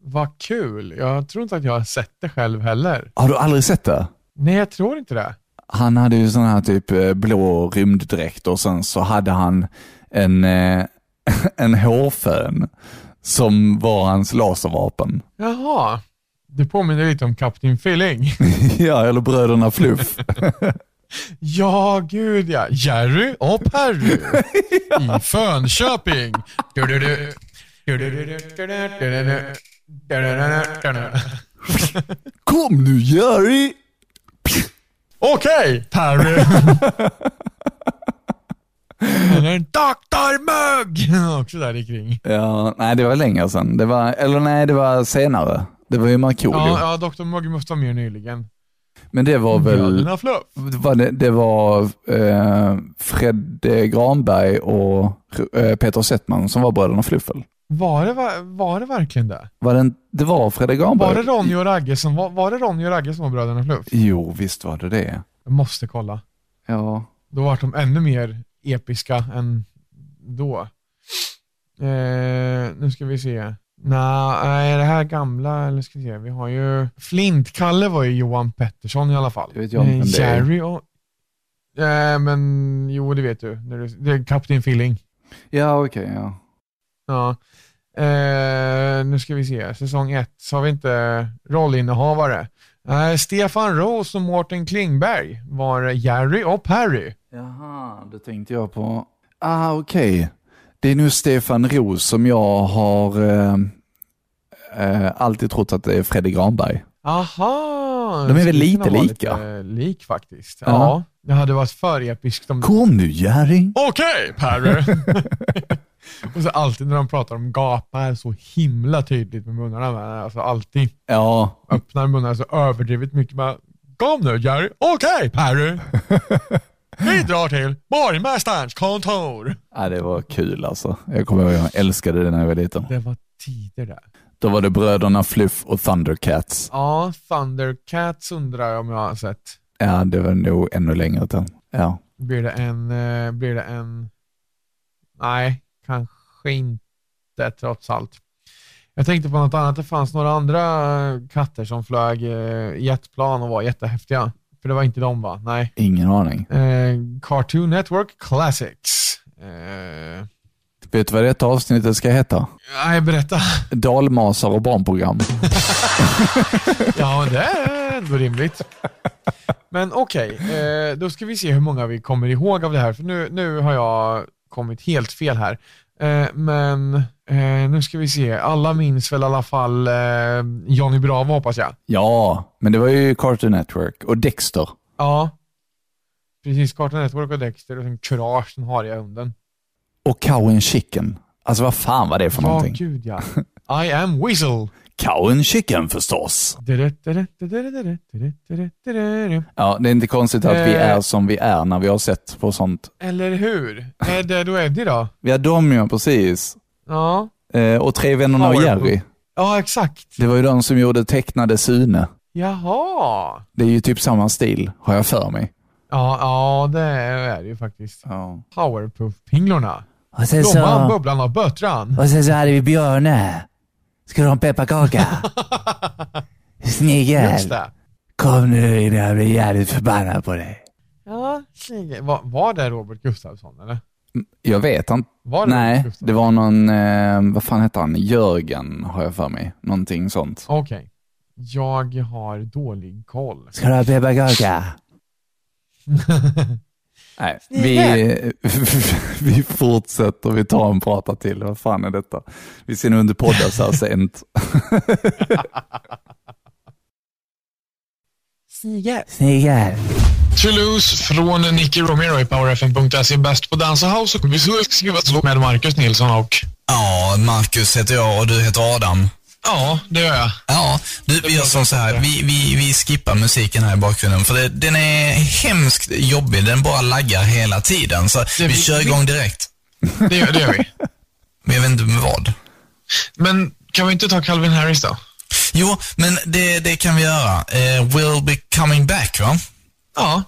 [SPEAKER 4] vad kul. Jag tror inte att jag har sett det själv heller.
[SPEAKER 2] Har du aldrig sett det?
[SPEAKER 4] Nej, jag tror inte det.
[SPEAKER 2] Han hade ju sån här typ eh, blå rymddräkt och sen så hade han en, eh, en hårfön som var hans laservapen.
[SPEAKER 4] Jaha. Det påminner lite om Captain Filling.
[SPEAKER 2] ja, eller bröderna Fluff.
[SPEAKER 4] Ja, gud ja. Jerry och Perry i Fönköping. Du-du-du. Du-du-du-du. Du-du-du-du. Du-du-du-du.
[SPEAKER 2] Kom nu Jerry!
[SPEAKER 4] Okej, Perry. Dr. Mugg! Också där i kring.
[SPEAKER 2] Ja, nej, det var länge sedan. Det var, eller nej, det var senare. Det var ju Markoolio.
[SPEAKER 4] Ja, ja, Dr. Mugg måste vara mer nyligen.
[SPEAKER 2] Men det var väl...
[SPEAKER 4] Bröderna Fluff.
[SPEAKER 2] Var det, det var eh, Fred Granberg och eh, Peter Settman som var bröderna Fluffel.
[SPEAKER 4] Var det, va- var det verkligen det?
[SPEAKER 2] Var det, en, det var Fred Granberg?
[SPEAKER 4] Var det Ronny och Ragge som var, var, det Ronny och Ragge som var bröderna Fluff?
[SPEAKER 2] Jo, visst var det det.
[SPEAKER 4] Jag måste kolla.
[SPEAKER 2] Ja.
[SPEAKER 4] Då vart de ännu mer episka än då. Eh, nu ska vi se. Nå, är det här gamla? Eller ska vi se. Vi har ju... Flint-Kalle var ju Johan Pettersson i alla fall.
[SPEAKER 2] Det vet jag inte vem det är.
[SPEAKER 4] Jerry och... Eh, men jo, det vet du. När du det är Kapten Filling.
[SPEAKER 2] Ja, okej. ja.
[SPEAKER 4] Ja. Eh, nu ska vi se. Säsong ett så har vi inte rollinnehavare. Eh, Stefan Roos och Mårten Klingberg var Jerry och Perry.
[SPEAKER 2] Jaha, då tänkte jag på... Ah, okej. Det är nu Stefan Roos som jag har eh, eh, alltid trott att det är Fredrik Granberg.
[SPEAKER 4] Aha!
[SPEAKER 2] De är väl
[SPEAKER 4] skulle
[SPEAKER 2] lite
[SPEAKER 4] kunna vara
[SPEAKER 2] lika?
[SPEAKER 4] Lite eh, lik faktiskt.
[SPEAKER 2] Ja.
[SPEAKER 4] Ja. Det hade varit för episkt om...
[SPEAKER 2] Kom nu Jerry!
[SPEAKER 4] Okej, Perry! Och så alltid när de pratar om gapar så himla tydligt med munnarna. men Alltså alltid
[SPEAKER 2] Ja,
[SPEAKER 4] öppnar munnarna så överdrivet mycket. Bara, Kom nu Jerry! Okej, Perry! Vi drar till borgmästarens kontor!
[SPEAKER 2] ja, det var kul alltså. Jag kommer ihåg jag älskade det när jag var liten.
[SPEAKER 4] Det var tider där.
[SPEAKER 2] Då var det bröderna Fluff och Thundercats.
[SPEAKER 4] Ja, Thundercats undrar jag om jag har sett.
[SPEAKER 2] Ja, det var nog ännu längre till. Ja.
[SPEAKER 4] Blir det en... eh, Blir det en... Nej, kanske inte trots allt. Jag tänkte på något annat. Det fanns några andra eh, katter som flög eh, jetplan och var jättehäftiga. För det var inte de va? Nej.
[SPEAKER 2] Ingen aning.
[SPEAKER 4] Eh, Cartoon Network Classics. Eh,
[SPEAKER 2] Vet du vad detta avsnittet ska heta?
[SPEAKER 4] nej, berätta.
[SPEAKER 2] Dalmasar och barnprogram.
[SPEAKER 4] Ja, men det är ändå rimligt. Men okej, eh, då ska vi se hur många vi kommer ihåg av det här. För nu, nu har jag kommit helt fel här. Eh, men eh, nu ska vi se. Alla minns väl i alla fall eh, Johnny Bravo hoppas jag.
[SPEAKER 2] Ja, men det var ju Cartoon Network och Dexter.
[SPEAKER 4] Ja. Precis, Cartoon Network och Dexter och sen Courage, den hariga hunden.
[SPEAKER 2] Och Cow and Chicken. Alltså vad fan var det för
[SPEAKER 4] Ja,
[SPEAKER 2] någonting?
[SPEAKER 4] gud ja. I am Weasel.
[SPEAKER 2] Cow and Chicken förstås. Ja, det är inte konstigt att vi
[SPEAKER 4] Eh.
[SPEAKER 2] är som vi är när vi har sett på sånt.
[SPEAKER 4] Eller hur? Är och Eddie då?
[SPEAKER 2] Vi har dem ja, precis.
[SPEAKER 4] Ja.
[SPEAKER 2] Eh, och Tre vännerna och
[SPEAKER 4] Power
[SPEAKER 2] Jerry.
[SPEAKER 4] Ja, exakt.
[SPEAKER 2] Det var ju de som gjorde tecknade Sune.
[SPEAKER 4] Jaha.
[SPEAKER 2] Det är ju typ samma stil, har jag för mig.
[SPEAKER 4] Ja, ja det är det ju faktiskt.
[SPEAKER 2] Ja.
[SPEAKER 4] Powerpuff-pinglorna.
[SPEAKER 10] Och sen
[SPEAKER 2] Alltså-
[SPEAKER 4] Blomman,
[SPEAKER 10] så,
[SPEAKER 4] Bubblan och Bötran.
[SPEAKER 10] och sen så hade vi Björne. Ska du ha en pepparkaka?
[SPEAKER 4] Just
[SPEAKER 10] Snigel,
[SPEAKER 4] det.
[SPEAKER 10] kom nu innan jag blir jävligt förbannad på dig.
[SPEAKER 4] Ja, var, var det Robert Gustafsson eller?
[SPEAKER 2] Jag vet inte.
[SPEAKER 4] Var det Robert
[SPEAKER 2] Nej,
[SPEAKER 4] Gustafsson?
[SPEAKER 2] det var någon, eh, vad fan hette han, Jörgen har jag för mig. Någonting sånt.
[SPEAKER 4] Okej. Jag har dålig koll.
[SPEAKER 10] Ska du ha en pepparkaka?
[SPEAKER 2] Nej, vi, vi fortsätter, vi tar en prata till. Vad fan är detta? Vi ser nog inte podda så här sent.
[SPEAKER 10] Snigel,
[SPEAKER 4] Toulouse från Nicky Romero i powerfm.se. Bäst på Dance House och Visuelskrivet med Marcus Nilsson och...
[SPEAKER 11] Ja, Marcus heter jag och du heter Adam.
[SPEAKER 4] Ja, det gör jag.
[SPEAKER 11] Ja, du, vi gör som så här. Vi, vi, vi skippar musiken här i bakgrunden för det, den är hemskt jobbig. Den bara laggar hela tiden. Så vi
[SPEAKER 4] vi-
[SPEAKER 11] kör igång direkt.
[SPEAKER 4] Det gör, det gör vi.
[SPEAKER 11] Men jag vet inte med vad.
[SPEAKER 4] Men kan vi inte ta Calvin Harris då?
[SPEAKER 11] Jo, men det, det kan vi göra. Eh, we'll be coming back, va?
[SPEAKER 4] Ja.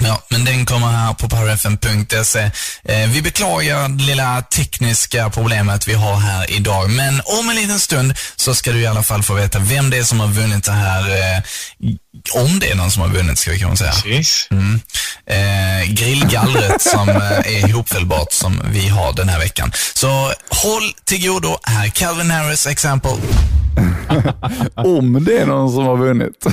[SPEAKER 11] Ja, men den kommer här på powerfm.se. Eh, vi beklagar det lilla tekniska problemet vi har här idag, men om en liten stund så ska du i alla fall få veta vem det är som har vunnit det här eh, Om det är någon som har vunnit ska vi kanske säga.
[SPEAKER 4] Precis.
[SPEAKER 11] Mm. Eh, grillgallret som eh, är ihopfällbart som vi har den här veckan. Så håll till godo. Här Calvin Harris exempel.
[SPEAKER 2] Om det är någon som har vunnit.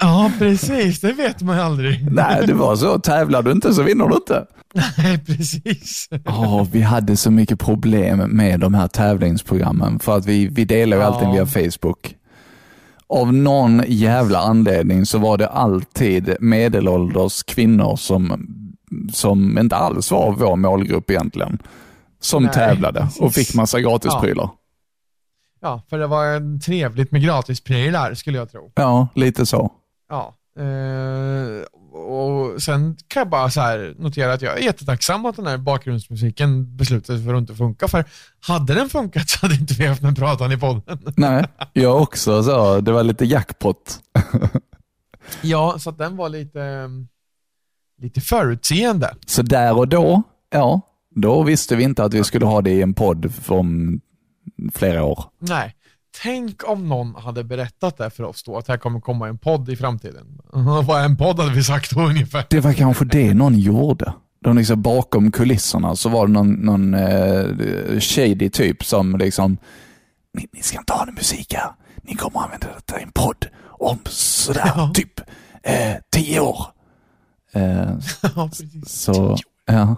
[SPEAKER 4] ja, precis. Det vet man ju aldrig.
[SPEAKER 2] Nej, det var så. Tävlar du inte så vinner du inte.
[SPEAKER 4] Nej, precis.
[SPEAKER 2] Ja, vi hade så mycket problem med de här tävlingsprogrammen för att vi, vi delar ju allting
[SPEAKER 4] Ja.
[SPEAKER 2] via Facebook. Av någon jävla anledning så var det alltid medelålders kvinnor som, som inte alls var vår målgrupp egentligen, som
[SPEAKER 4] Nej,
[SPEAKER 2] tävlade och fick massa gratisprylar.
[SPEAKER 4] Ja, för det var trevligt med gratisprylar skulle jag tro.
[SPEAKER 2] Ja, lite så.
[SPEAKER 4] Ja. Eh, och sen kan jag bara så här notera att jag är jättetacksam att den här bakgrundsmusiken beslutades för att inte funka. För hade den funkat så hade inte vi haft den pratan i podden.
[SPEAKER 2] Nej, jag också så. Det var lite jackpot.
[SPEAKER 4] Ja, så att den var lite, eh, lite förutseende.
[SPEAKER 2] Så där och då, ja, då visste vi inte att vi skulle ha det i en podd om flera år.
[SPEAKER 4] Nej. Tänk om någon hade berättat det för oss då, att här kommer komma en podd i framtiden. Vad är en podd hade vi sagt då ungefär.
[SPEAKER 2] Det var kanske det någon gjorde. De liksom bakom kulisserna så var det någon, någon eh, shady typ som liksom, ni, ni ska inte ha någon musik här. Ni kommer använda detta i en podd om sådär typ eh, tio år. Eh,
[SPEAKER 4] Ja, precis.
[SPEAKER 2] så, ja.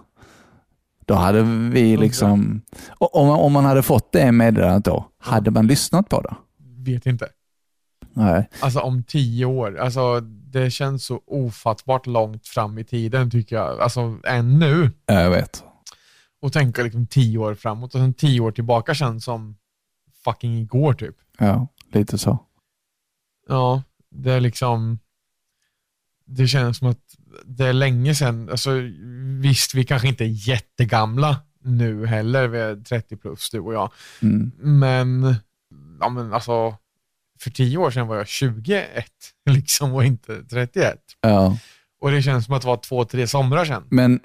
[SPEAKER 2] Då hade vi liksom, och om, man- om man hade fått det meddelandet då, hade man lyssnat på det?
[SPEAKER 4] Vet inte.
[SPEAKER 2] Nej.
[SPEAKER 4] Alltså om tio år. Alltså det känns så ofattbart långt fram i tiden tycker jag. Alltså ännu.
[SPEAKER 2] Ja, Jag vet.
[SPEAKER 4] Och tänka liksom tio år framåt och sen tio år tillbaka känns som fucking igår typ.
[SPEAKER 2] Ja, lite så.
[SPEAKER 4] Ja, det är liksom... Det känns som att det är länge sedan. Alltså, visst, vi kanske inte är jättegamla nu heller. Vi är 30 plus, du och jag.
[SPEAKER 2] Mm.
[SPEAKER 4] Men, ja, men alltså, för tio år sedan var jag 21 liksom, och inte 31.
[SPEAKER 2] Ja.
[SPEAKER 4] Och det känns som att det var två, tre somrar sedan.
[SPEAKER 2] Men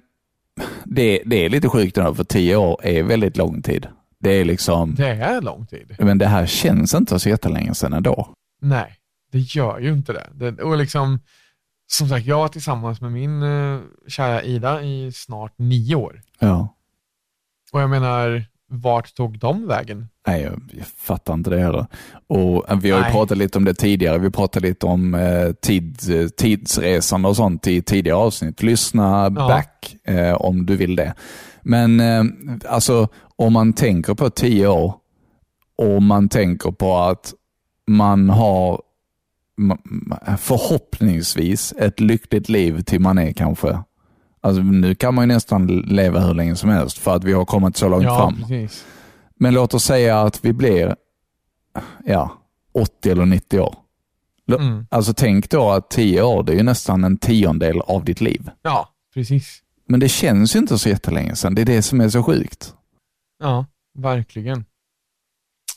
[SPEAKER 2] det, det är lite sjukt ändå, för tio år är väldigt lång tid. Det är liksom,
[SPEAKER 4] Det är lång tid.
[SPEAKER 2] men det här känns inte så jättelänge sedan ändå.
[SPEAKER 4] Nej, det gör ju inte det. det och liksom, som sagt, jag var tillsammans med min eh, kära Ida i snart nio år.
[SPEAKER 2] Ja.
[SPEAKER 4] Och jag menar, vart tog de vägen?
[SPEAKER 2] Nej, jag, jag fattar inte det heller. Och eh, vi har ju
[SPEAKER 4] Nej.
[SPEAKER 2] pratat lite om det tidigare. Vi pratade lite om eh, tid, eh, tidsresande och sånt i tidigare avsnitt. Lyssna
[SPEAKER 4] Ja.
[SPEAKER 2] back eh, om du vill det. Men eh, alltså, om man tänker på tio år och man tänker på att man har ma- ma- förhoppningsvis ett lyckligt liv till man är kanske Alltså, nu kan man ju nästan leva hur länge som helst för att vi har kommit så långt
[SPEAKER 4] ja,
[SPEAKER 2] fram.
[SPEAKER 4] precis.
[SPEAKER 2] Men låt oss säga att vi blir ja, 80 eller 90 år. L-
[SPEAKER 4] Mm.
[SPEAKER 2] Alltså tänk då att 10 år, det är ju nästan en tiondel av ditt liv.
[SPEAKER 4] Ja, precis.
[SPEAKER 2] Men det känns ju inte så jättelänge sedan. Det är det som är så sjukt.
[SPEAKER 4] Ja, verkligen.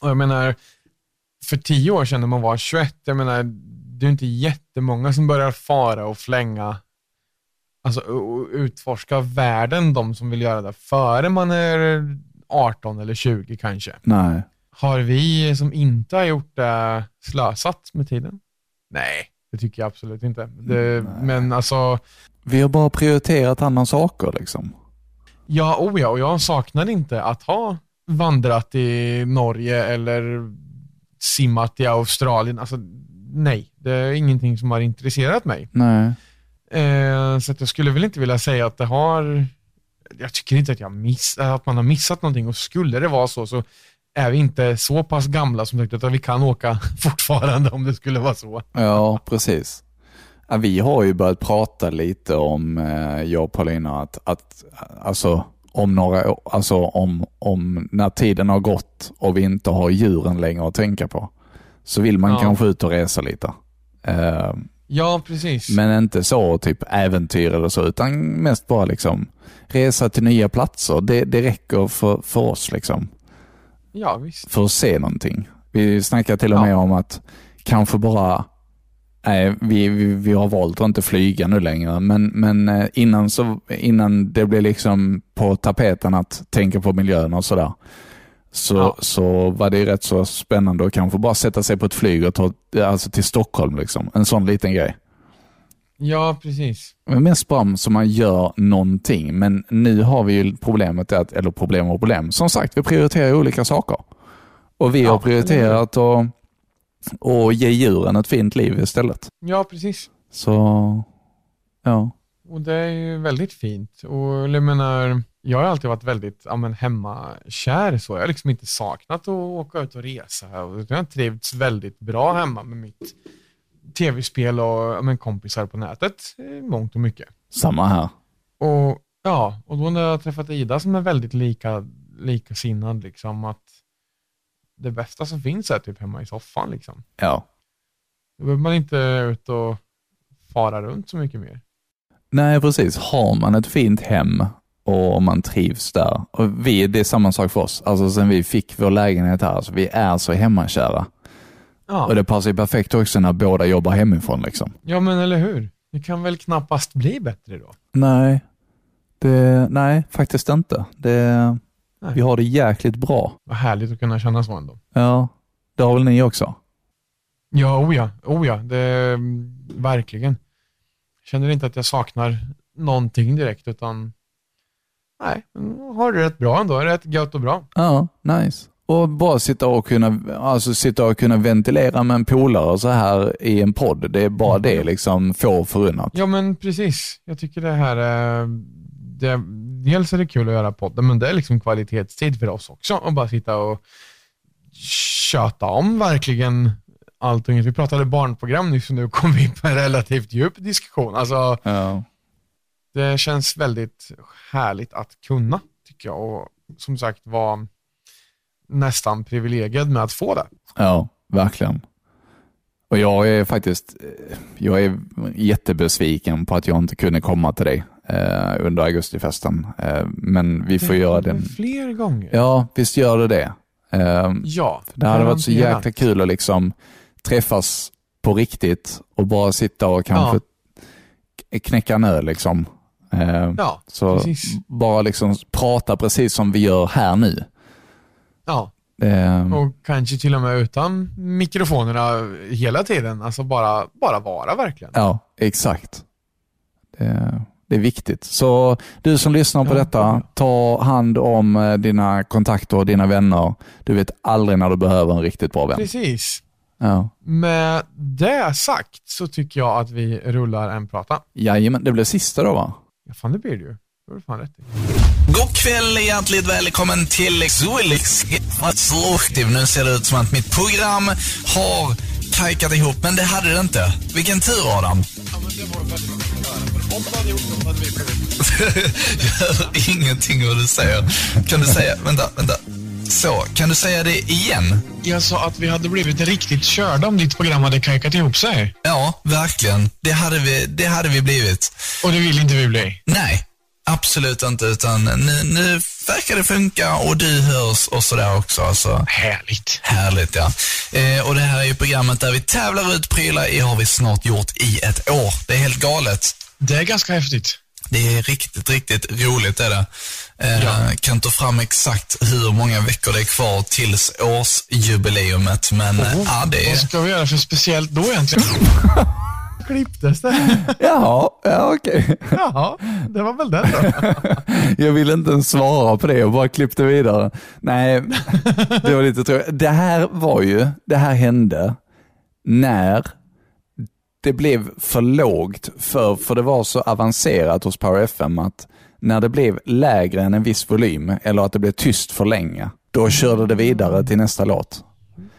[SPEAKER 4] Och jag menar, för tio år sedan när man var 21, jag menar, det är inte jättemånga som börjar fara och flänga, alltså o- o- utforska världen, de som vill göra det före man är 18 eller 20 kanske.
[SPEAKER 2] Nej.
[SPEAKER 4] Har vi som inte har gjort det slösat med tiden? Nej, det tycker jag absolut inte. Det, men alltså,
[SPEAKER 2] Vi har bara prioriterat andra saker liksom.
[SPEAKER 4] Ja, oh ja, och jag saknar inte att ha vandrat i Norge eller simmat i Australien. Alltså, nej, det är ingenting som har intresserat mig.
[SPEAKER 2] Nej.
[SPEAKER 4] Eh, så att jag skulle väl inte vilja säga att det har... Jag tycker inte att, jag miss, eh, att man har missat någonting och skulle det vara så så är vi inte så pass gamla som sagt att vi kan åka fortfarande om det skulle vara så.
[SPEAKER 2] Ja, precis. Ja, vi har ju börjat prata lite om, eh, jag och Paulina, att, att alltså, om några år, alltså om, om när tiden har gått och vi inte har djuren längre att tänka på, så vill man
[SPEAKER 4] Ja.
[SPEAKER 2] kanske ut och resa lite. Eh,
[SPEAKER 4] Ja, precis.
[SPEAKER 2] men inte så typ äventyr eller så, utan mest bara liksom resa till nya platser. Det, det räcker för, för oss liksom,
[SPEAKER 4] Ja, visst.
[SPEAKER 2] för att se någonting. Vi snackar till och
[SPEAKER 4] Ja.
[SPEAKER 2] med om att kanske bara Nej, vi, vi, vi har valt att inte flyga nu längre, men, men eh, innan, så, innan det blev liksom på tapeten att tänka på miljön och sådär, så, så var det ju rätt så spännande att kanske bara sätta sig på ett flyg och ta alltså till Stockholm. Liksom. En sån liten grej.
[SPEAKER 4] Ja, precis.
[SPEAKER 2] Men mest bara som man gör någonting. Men nu har vi ju problemet, att, eller problem och problem. Som sagt, vi prioriterar olika saker. Och vi har prioriterat att och ge djuren ett fint liv istället.
[SPEAKER 4] Ja, precis.
[SPEAKER 2] Så, ja.
[SPEAKER 4] Och det är ju väldigt fint. Och jag menar, jag har alltid varit väldigt ja, men hemmakär. Så. Jag har liksom inte saknat att åka ut och resa. Och jag har trivts väldigt bra hemma med mitt tv-spel och ja, men, kompisar på nätet. eh, Mångt och mycket.
[SPEAKER 2] Samma här.
[SPEAKER 4] Och ja, och då när jag har träffat Ida som är väldigt lika, likasinnad, liksom att det bästa som finns är typ hemma i soffan. Liksom.
[SPEAKER 2] Ja.
[SPEAKER 4] Då behöver man inte ut och fara runt så mycket mer.
[SPEAKER 2] Nej, precis. Har man ett fint hem och om man trivs där. Och vi, det är samma sak för oss. Alltså sen vi fick vår lägenhet här, alltså, vi är så hemmakära. Och det passar ju perfekt också när båda jobbar hemifrån. Liksom.
[SPEAKER 4] Ja, men eller hur? Det kan väl knappast bli bättre då?
[SPEAKER 2] Nej, det, nej, faktiskt inte. Det,
[SPEAKER 4] Nej.
[SPEAKER 2] vi har det jäkligt bra.
[SPEAKER 4] Vad härligt att kunna känna så ändå.
[SPEAKER 2] Ja, det har väl ni också?
[SPEAKER 4] Ja, oh ja, oh ja det, mm, verkligen. Jag känner inte att jag saknar någonting direkt, utan nej, men har det rätt bra ändå. Rätt gött och bra.
[SPEAKER 2] Ja, nice. Och bara sitta och kunna, alltså sitta och kunna ventilera med en polare så här i en podd. Det är bara det liksom få förunnat.
[SPEAKER 4] Ja, men precis. Jag tycker det här är... Det, dels är det kul att göra podden, men det är liksom kvalitetstid för oss också. Att bara sitta och köta om verkligen allt och inget. Vi pratade barnprogram nyss och nu kom vi in på en relativt djup diskussion. Alltså,
[SPEAKER 2] Ja.
[SPEAKER 4] det känns väldigt härligt att kunna, tycker jag. Och som sagt var nästan privilegierad med att få det.
[SPEAKER 2] Ja, verkligen. Och jag är faktiskt eh, jag är jättebesviken på att jag inte kunde komma till dig eh, under augustifesten. Eh, men vi får göra den.
[SPEAKER 4] Fler gånger.
[SPEAKER 2] Ja, visst gör det det. Eh,
[SPEAKER 4] Ja,
[SPEAKER 2] för det hade varit så
[SPEAKER 4] garanterat.
[SPEAKER 2] jäkla kul att liksom träffas på riktigt och bara sitta och kanske k- knäcka en öl. Liksom. Eh,
[SPEAKER 4] Ja,
[SPEAKER 2] så
[SPEAKER 4] precis.
[SPEAKER 2] bara liksom prata precis som vi gör här nu.
[SPEAKER 4] Ja,
[SPEAKER 2] Eh,
[SPEAKER 4] och kanske till och med utan mikrofonerna hela tiden. Alltså bara, bara vara verkligen.
[SPEAKER 2] Ja, exakt. Det, det är viktigt. Så du som lyssnar på detta, ta hand om eh, dina kontakter och dina vänner. Du vet aldrig när du behöver en riktigt bra vän.
[SPEAKER 4] Precis.
[SPEAKER 2] Ja.
[SPEAKER 4] Med det sagt så tycker jag att vi rullar en prata.
[SPEAKER 2] Jajamän, det blev sista då va?
[SPEAKER 4] Ja, fan det blir det ju. Det har du fan rätt i.
[SPEAKER 11] God kväll, hjärtligt välkommen till Zulix. Sloktiv. Nu ser det ut som att mitt program har kajkat ihop, men det hade det inte. Vilken tur, Adam. Jag hör ingenting vad du säger. Kan du säga, vänta, vänta. Så, kan du säga det igen?
[SPEAKER 4] Jag sa att vi hade blivit riktigt körda om ditt program hade kajkat ihop sig.
[SPEAKER 11] Ja, verkligen. Det hade vi, det hade vi blivit.
[SPEAKER 4] Och det vill inte vi bli.
[SPEAKER 11] Nej, absolut inte. Utan nu, nu verkar det funka och du hörs och sådär också. Alltså.
[SPEAKER 4] Härligt.
[SPEAKER 11] Härligt, ja. Eh, och det här är ju programmet där vi tävlar ut prylar. Det har vi snart gjort i ett år. Det är helt galet.
[SPEAKER 4] Det är ganska häftigt.
[SPEAKER 11] Det är riktigt, riktigt roligt är det. Eh, Kan ta fram exakt hur många veckor det är kvar tills årsjubileumet, men eh, ja, det
[SPEAKER 4] Vad
[SPEAKER 11] är...
[SPEAKER 4] ska vi göra för speciellt då egentligen? Klipptes det?
[SPEAKER 2] Jaha, ja, okej.
[SPEAKER 4] Jaha, det var väl den då.
[SPEAKER 2] Jag ville inte ens svara på det, jag bara klippte vidare. Nej, det var lite tråkigt. Det här var ju, det här hände när det blev för lågt, för, för det var så avancerat hos Power FM att när det blev lägre än en viss volym, eller att det blev tyst för länge, då körde det vidare till nästa låt.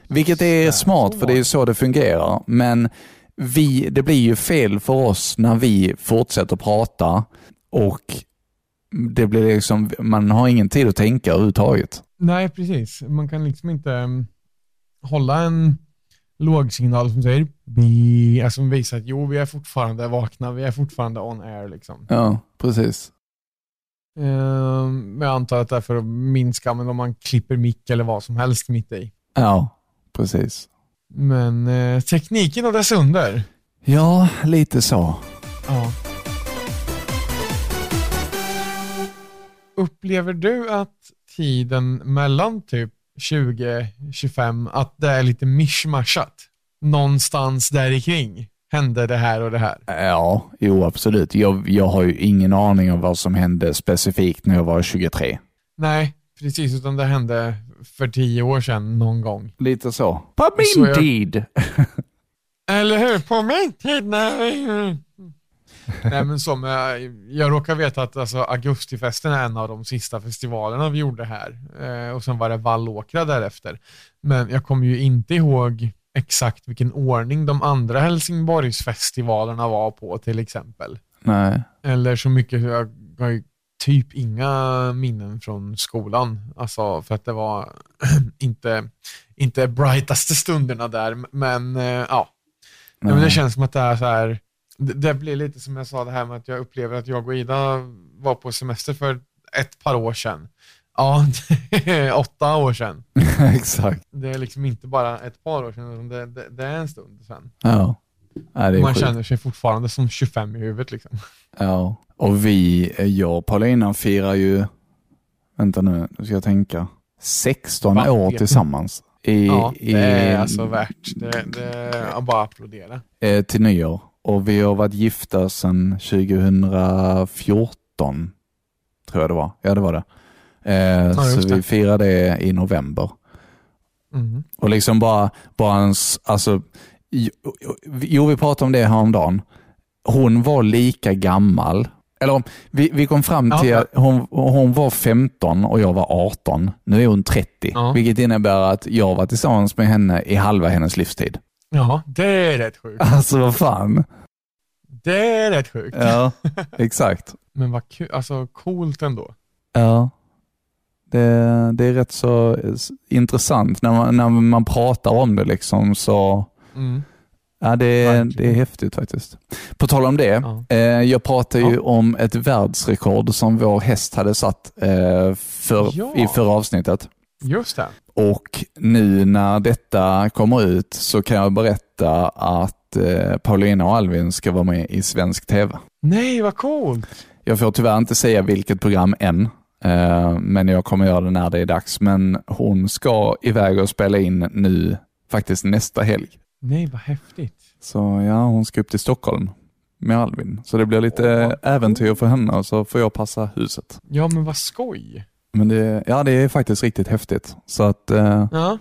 [SPEAKER 2] Vilket är smart, för det är ju så det fungerar. Men vi, det blir ju fel för oss när vi fortsätter prata och det blir liksom, man har ingen tid att tänka överhuvudtaget.
[SPEAKER 4] Nej, precis. Man kan liksom inte mm, hålla en lågsignal som säger bi, alltså som visar att jo, vi är fortfarande vakna, vi är fortfarande on air liksom.
[SPEAKER 2] Ja, precis.
[SPEAKER 4] Ehm, Men jag antar att det är för att minska, men om man klipper mick eller vad som helst mitt i.
[SPEAKER 2] Ja, precis.
[SPEAKER 4] Men eh, tekniken och dess under.
[SPEAKER 2] Ja, lite så.
[SPEAKER 4] Ja. Upplever du att tiden mellan typ 2025 att det är lite mishmashat. Någonstans där i kring hände det här och det här.
[SPEAKER 2] Ja, jo absolut. Jag, jag har ju ingen aning om vad som hände specifikt när jag var 23.
[SPEAKER 4] Nej, precis, utan det hände för tio år sedan någon gång.
[SPEAKER 2] Lite så. På min
[SPEAKER 4] Så jag-
[SPEAKER 2] tid!
[SPEAKER 4] Eller hur? På min tid när... Nej men som, jag, jag råkar veta att alltså, Augustifesten är en av de sista festivalerna vi gjorde här. Eh, och sen var det Vallåkra därefter. Men jag kommer ju inte ihåg exakt vilken ordning de andra Helsingborgsfestivalerna var på till exempel.
[SPEAKER 2] Nej.
[SPEAKER 4] Eller så mycket, jag har ju typ inga minnen från skolan. Alltså för att det var inte, inte brightaste stunderna där. Men eh, ja, Nej. men det känns som att det är så här. Det, det blir lite som jag sa det här med att jag upplever att jag och Ida var på semester för ett par år sedan. Ja, det är åtta år sedan.
[SPEAKER 2] Exakt.
[SPEAKER 4] Det är liksom inte bara ett par år sedan, utan det, det, det är en stund sedan.
[SPEAKER 2] Ja. Nej, det är
[SPEAKER 4] Man
[SPEAKER 2] sjukt.
[SPEAKER 4] känner sig fortfarande som 25 i huvudet liksom.
[SPEAKER 2] Ja. Och vi, jag och Paulina firar ju, vänta nu, nu ska jag tänka, 16
[SPEAKER 4] Va?
[SPEAKER 2] år tillsammans. I,
[SPEAKER 4] ja,
[SPEAKER 2] i,
[SPEAKER 4] det är alltså värt. Det, det jag bara applådera.
[SPEAKER 2] eh, till nyår. Och vi har varit gifta sedan 2014, tror jag det var. Ja, det var det. Eh,
[SPEAKER 4] Ja,
[SPEAKER 2] så
[SPEAKER 4] just
[SPEAKER 2] vi
[SPEAKER 4] det.
[SPEAKER 2] firar det i november.
[SPEAKER 4] Mm.
[SPEAKER 2] Och liksom bara, bara ens, alltså, jo, jo, vi pratade om det häromdagen. Hon var lika gammal, eller vi, vi kom fram till
[SPEAKER 4] Ja.
[SPEAKER 2] att hon, hon var 15 och jag var 18. Nu är hon 30,
[SPEAKER 4] Ja.
[SPEAKER 2] vilket innebär att jag var tillsammans med henne i halva hennes livstid.
[SPEAKER 4] Ja, det är rätt sjukt.
[SPEAKER 2] Alltså vad fan.
[SPEAKER 4] Det är rätt sjukt.
[SPEAKER 2] Ja, exakt.
[SPEAKER 4] Men vad kul, alltså coolt ändå.
[SPEAKER 2] Ja. Det, det är rätt så eh, s- intressant när man, när man pratar om det. liksom så
[SPEAKER 4] Mm.
[SPEAKER 2] ja, det, det är häftigt faktiskt. På tal om det, eh, jag pratade ju om ett världsrekord som vår häst hade satt eh, för,
[SPEAKER 4] Ja.
[SPEAKER 2] i förra avsnittet.
[SPEAKER 4] Just det.
[SPEAKER 2] Och nu när detta kommer ut så kan jag berätta att eh, Paulina och Alvin ska vara med i svensk tv.
[SPEAKER 4] Nej, vad coolt.
[SPEAKER 2] Jag får tyvärr inte säga vilket program än, eh, men jag kommer göra det när det är dags. Men hon ska iväg och spela in nu, faktiskt nästa helg.
[SPEAKER 4] Nej, vad häftigt.
[SPEAKER 2] Så ja, hon ska upp till Stockholm med Alvin. Så det blir lite äventyr för henne och så får jag passa huset.
[SPEAKER 4] Ja, men vad skoj.
[SPEAKER 2] Men det, ja, det är faktiskt riktigt häftigt. Så att eh,
[SPEAKER 4] Ja.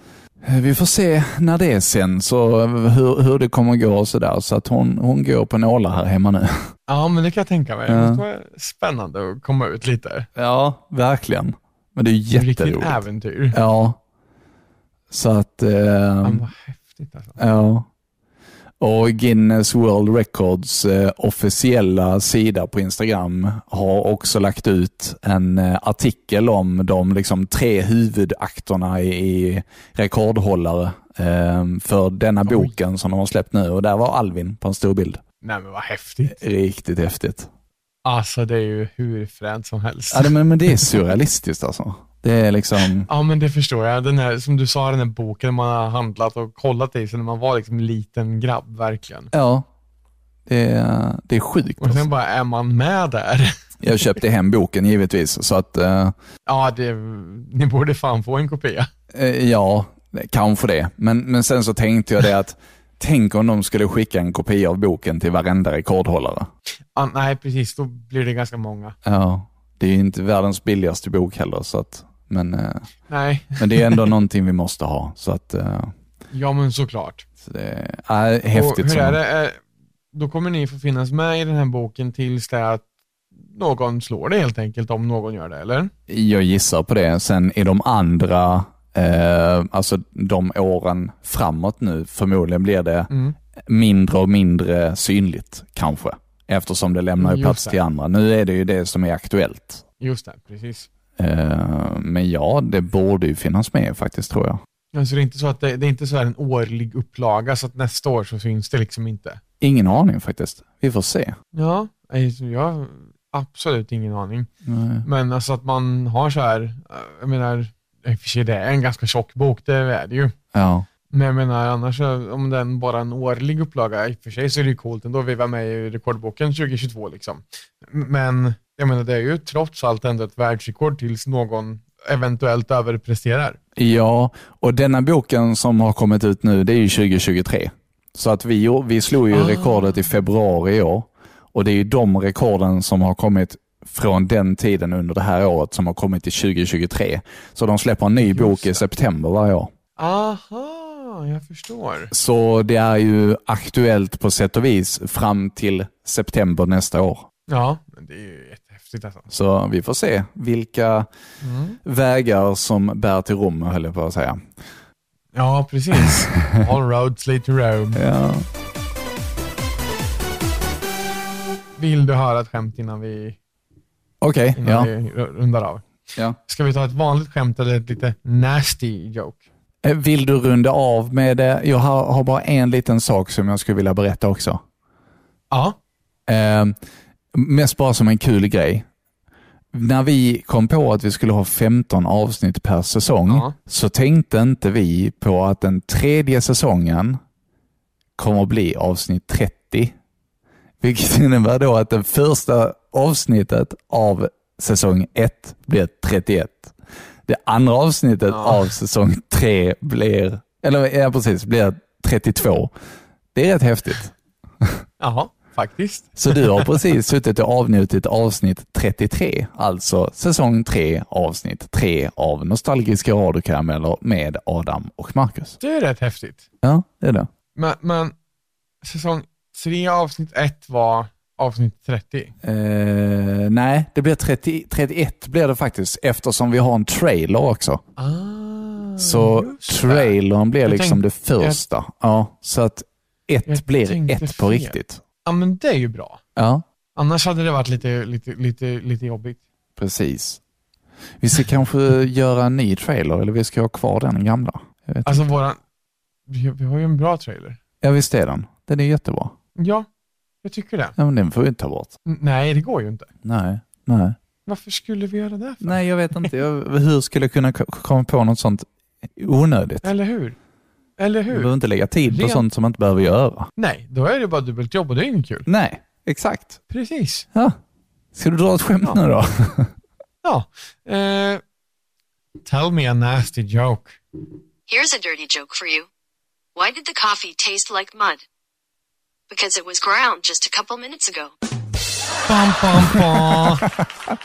[SPEAKER 2] vi får se när det är sen, så hur, hur det kommer gå och sådär. Så att hon, hon går på nålar här hemma nu.
[SPEAKER 4] Ja, men det kan jag tänka mig.
[SPEAKER 2] Ja.
[SPEAKER 4] Det måste vara spännande att komma ut lite.
[SPEAKER 2] Ja, verkligen. Men det är ju
[SPEAKER 4] Riktigt
[SPEAKER 2] jätteroligt.
[SPEAKER 4] äventyr.
[SPEAKER 2] Ja. Så att... Eh,
[SPEAKER 4] Men vad häftigt alltså.
[SPEAKER 2] ja. Och Guinness World Records eh, officiella sida på Instagram har också lagt ut en eh, artikel om de liksom, tre huvudakterna i, i rekordhållare eh, för denna boken som de har släppt nu. Och där var Alvin på en stor bild.
[SPEAKER 4] Nej, men vad häftigt.
[SPEAKER 2] Riktigt häftigt.
[SPEAKER 4] Alltså, det är ju hur fränt som helst.
[SPEAKER 2] Ja, det- men, men det är surrealistiskt alltså. Det är liksom...
[SPEAKER 4] Ja, men det förstår jag. Den här, som du sa, den här boken man har handlat och kollat i sen när man var liksom liten grabb, verkligen.
[SPEAKER 2] Ja. Det är, det är sjukt.
[SPEAKER 4] Och sen bara, är man med där?
[SPEAKER 2] Jag köpte hem boken givetvis, så att eh,
[SPEAKER 4] Ja, det, ni borde fan få en kopia.
[SPEAKER 2] eh, ja, kanske det. Men, men sen så tänkte jag det att tänk om de skulle skicka en kopia av boken till varenda rekordhållare.
[SPEAKER 4] Ja, nej, precis. Då blir det ganska många.
[SPEAKER 2] Ja, det är ju inte världens billigaste bok heller, så att, men, eh,
[SPEAKER 4] Nej.
[SPEAKER 2] men det är ändå någonting vi måste ha. Så att, eh,
[SPEAKER 4] Ja, men såklart.
[SPEAKER 2] så det är äh, häftigt.
[SPEAKER 4] Och hur
[SPEAKER 2] som-
[SPEAKER 4] är det? Eh, Då kommer ni få finnas med i den här boken tills det att någon slår det helt enkelt, om någon gör det, eller?
[SPEAKER 2] Jag gissar på det. Sen i de andra, eh, alltså de åren framåt nu, förmodligen blir det
[SPEAKER 4] Mm.
[SPEAKER 2] mindre och mindre synligt kanske. Eftersom det lämnar ju
[SPEAKER 4] Mm, Just
[SPEAKER 2] plats
[SPEAKER 4] det.
[SPEAKER 2] till andra. Nu är det ju det som är aktuellt.
[SPEAKER 4] Just det, precis.
[SPEAKER 2] Eh, men ja, det borde ju finnas med faktiskt tror jag.
[SPEAKER 4] Alltså det är inte så att det, det är inte så här en årlig upplaga, så att nästa år så syns det liksom inte.
[SPEAKER 2] Ingen aning faktiskt. Vi får se.
[SPEAKER 4] Ja, alltså jag har absolut ingen aning.
[SPEAKER 2] Nej.
[SPEAKER 4] Men alltså att man har så här, eh, jag menar, i och för sig det är en ganska tjock bok, det är det ju.
[SPEAKER 2] Ja,
[SPEAKER 4] Men jag menar annars, eh, om den bara är en årlig upplaga, i och för sig så är det ju coolt ändå. Vi var med i rekordboken 2022 liksom. M- Men jag menar, det är ju trots allt ändå ett världsrekord tills någon eventuellt överpresterar.
[SPEAKER 2] Ja, och denna boken som har kommit ut nu, det är ju 2023. Så att vi, gjorde- vi slog ju
[SPEAKER 12] Ah.
[SPEAKER 2] rekordet i februari i år. Och det är ju de rekorden som har kommit från den tiden under det här året som har kommit till 2023. Så de släpper en ny bok i september varje år.
[SPEAKER 4] Aha, jag förstår.
[SPEAKER 2] Så det är ju aktuellt på sätt och vis fram till september nästa år.
[SPEAKER 4] Ja, men det är ju jättehäftigt alltså.
[SPEAKER 2] Så vi får se vilka
[SPEAKER 4] Mm.
[SPEAKER 2] vägar som bär till Rom, höll jag på att säga.
[SPEAKER 4] Ja, precis. All roads lead to Rome.
[SPEAKER 2] Ja.
[SPEAKER 4] Vill du höra ett skämt innan vi,
[SPEAKER 2] Okej,
[SPEAKER 4] innan
[SPEAKER 2] ja.
[SPEAKER 4] vi ru- rundar av?
[SPEAKER 2] Ja.
[SPEAKER 4] Ska vi ta ett vanligt skämt eller ett lite nasty joke?
[SPEAKER 2] Eh, Vill du runda av med det? Jag har, har bara en liten sak som jag skulle vilja berätta också.
[SPEAKER 4] Ja.
[SPEAKER 2] Eh, mest bara som en kul grej. När vi kom på att vi skulle ha 15 avsnitt per säsong så tänkte inte vi på att den tredje säsongen kommer att bli avsnitt 30. Vilket innebär då att det första avsnittet av säsong 1 blir 31. Det andra avsnittet av säsong 3 blir, eller ja, precis, blir 32. Det är rätt häftigt.
[SPEAKER 4] Jaha, faktiskt.
[SPEAKER 2] Så du har precis suttit och avnjutit avsnitt 33, alltså säsong 3, avsnitt 3 av Nostalgiska radiokarameller med Adam och Marcus.
[SPEAKER 4] Det är rätt häftigt.
[SPEAKER 2] Ja, det är det.
[SPEAKER 4] Men, men säsong tre avsnitt ett var avsnitt 30.
[SPEAKER 2] Eh, nej, det blir 30, 31 blir det faktiskt eftersom vi har en trailer också. Ah. så trailern blir
[SPEAKER 4] Mm. Jag
[SPEAKER 2] liksom
[SPEAKER 4] tänkte-
[SPEAKER 2] det första. Ja, så att ett blir
[SPEAKER 4] tänkte
[SPEAKER 2] ett på
[SPEAKER 4] fel.
[SPEAKER 2] riktigt.
[SPEAKER 4] Ja, men det är ju bra.
[SPEAKER 2] Ja,
[SPEAKER 4] Annars hade det varit lite, lite, lite, lite jobbigt.
[SPEAKER 2] precis. Vi ska kanske göra en ny trailer eller vi ska ha kvar den gamla. Jag vet
[SPEAKER 4] Alltså våran... Vi, vi har ju en bra trailer.
[SPEAKER 2] Ja, visst är den. Den är jättebra.
[SPEAKER 4] Ja, jag tycker det.
[SPEAKER 2] Ja, men den får vi inte ta bort.
[SPEAKER 4] N- Nej, det går ju inte.
[SPEAKER 2] Nej, nej.
[SPEAKER 4] Varför skulle vi göra det? För?
[SPEAKER 2] Nej, jag vet inte. Jag, hur skulle jag kunna k- komma på något sånt onödigt?
[SPEAKER 4] Eller hur? Eller
[SPEAKER 2] Du
[SPEAKER 4] hur?
[SPEAKER 2] behöver inte lägga tid på
[SPEAKER 4] Rent-
[SPEAKER 2] sånt som man inte behöver göra.
[SPEAKER 4] Nej, då är det bara dubbelt jobb och det är inget kul.
[SPEAKER 2] Nej, exakt.
[SPEAKER 4] Precis.
[SPEAKER 2] Ja. Ska du dra ett skämt nu då?
[SPEAKER 4] Ja. Eh, tell me a nasty joke.
[SPEAKER 5] Here's a dirty joke for you. Why did the coffee taste like mud? Because it was ground just a couple minutes ago.
[SPEAKER 4] Bam, bam, bam.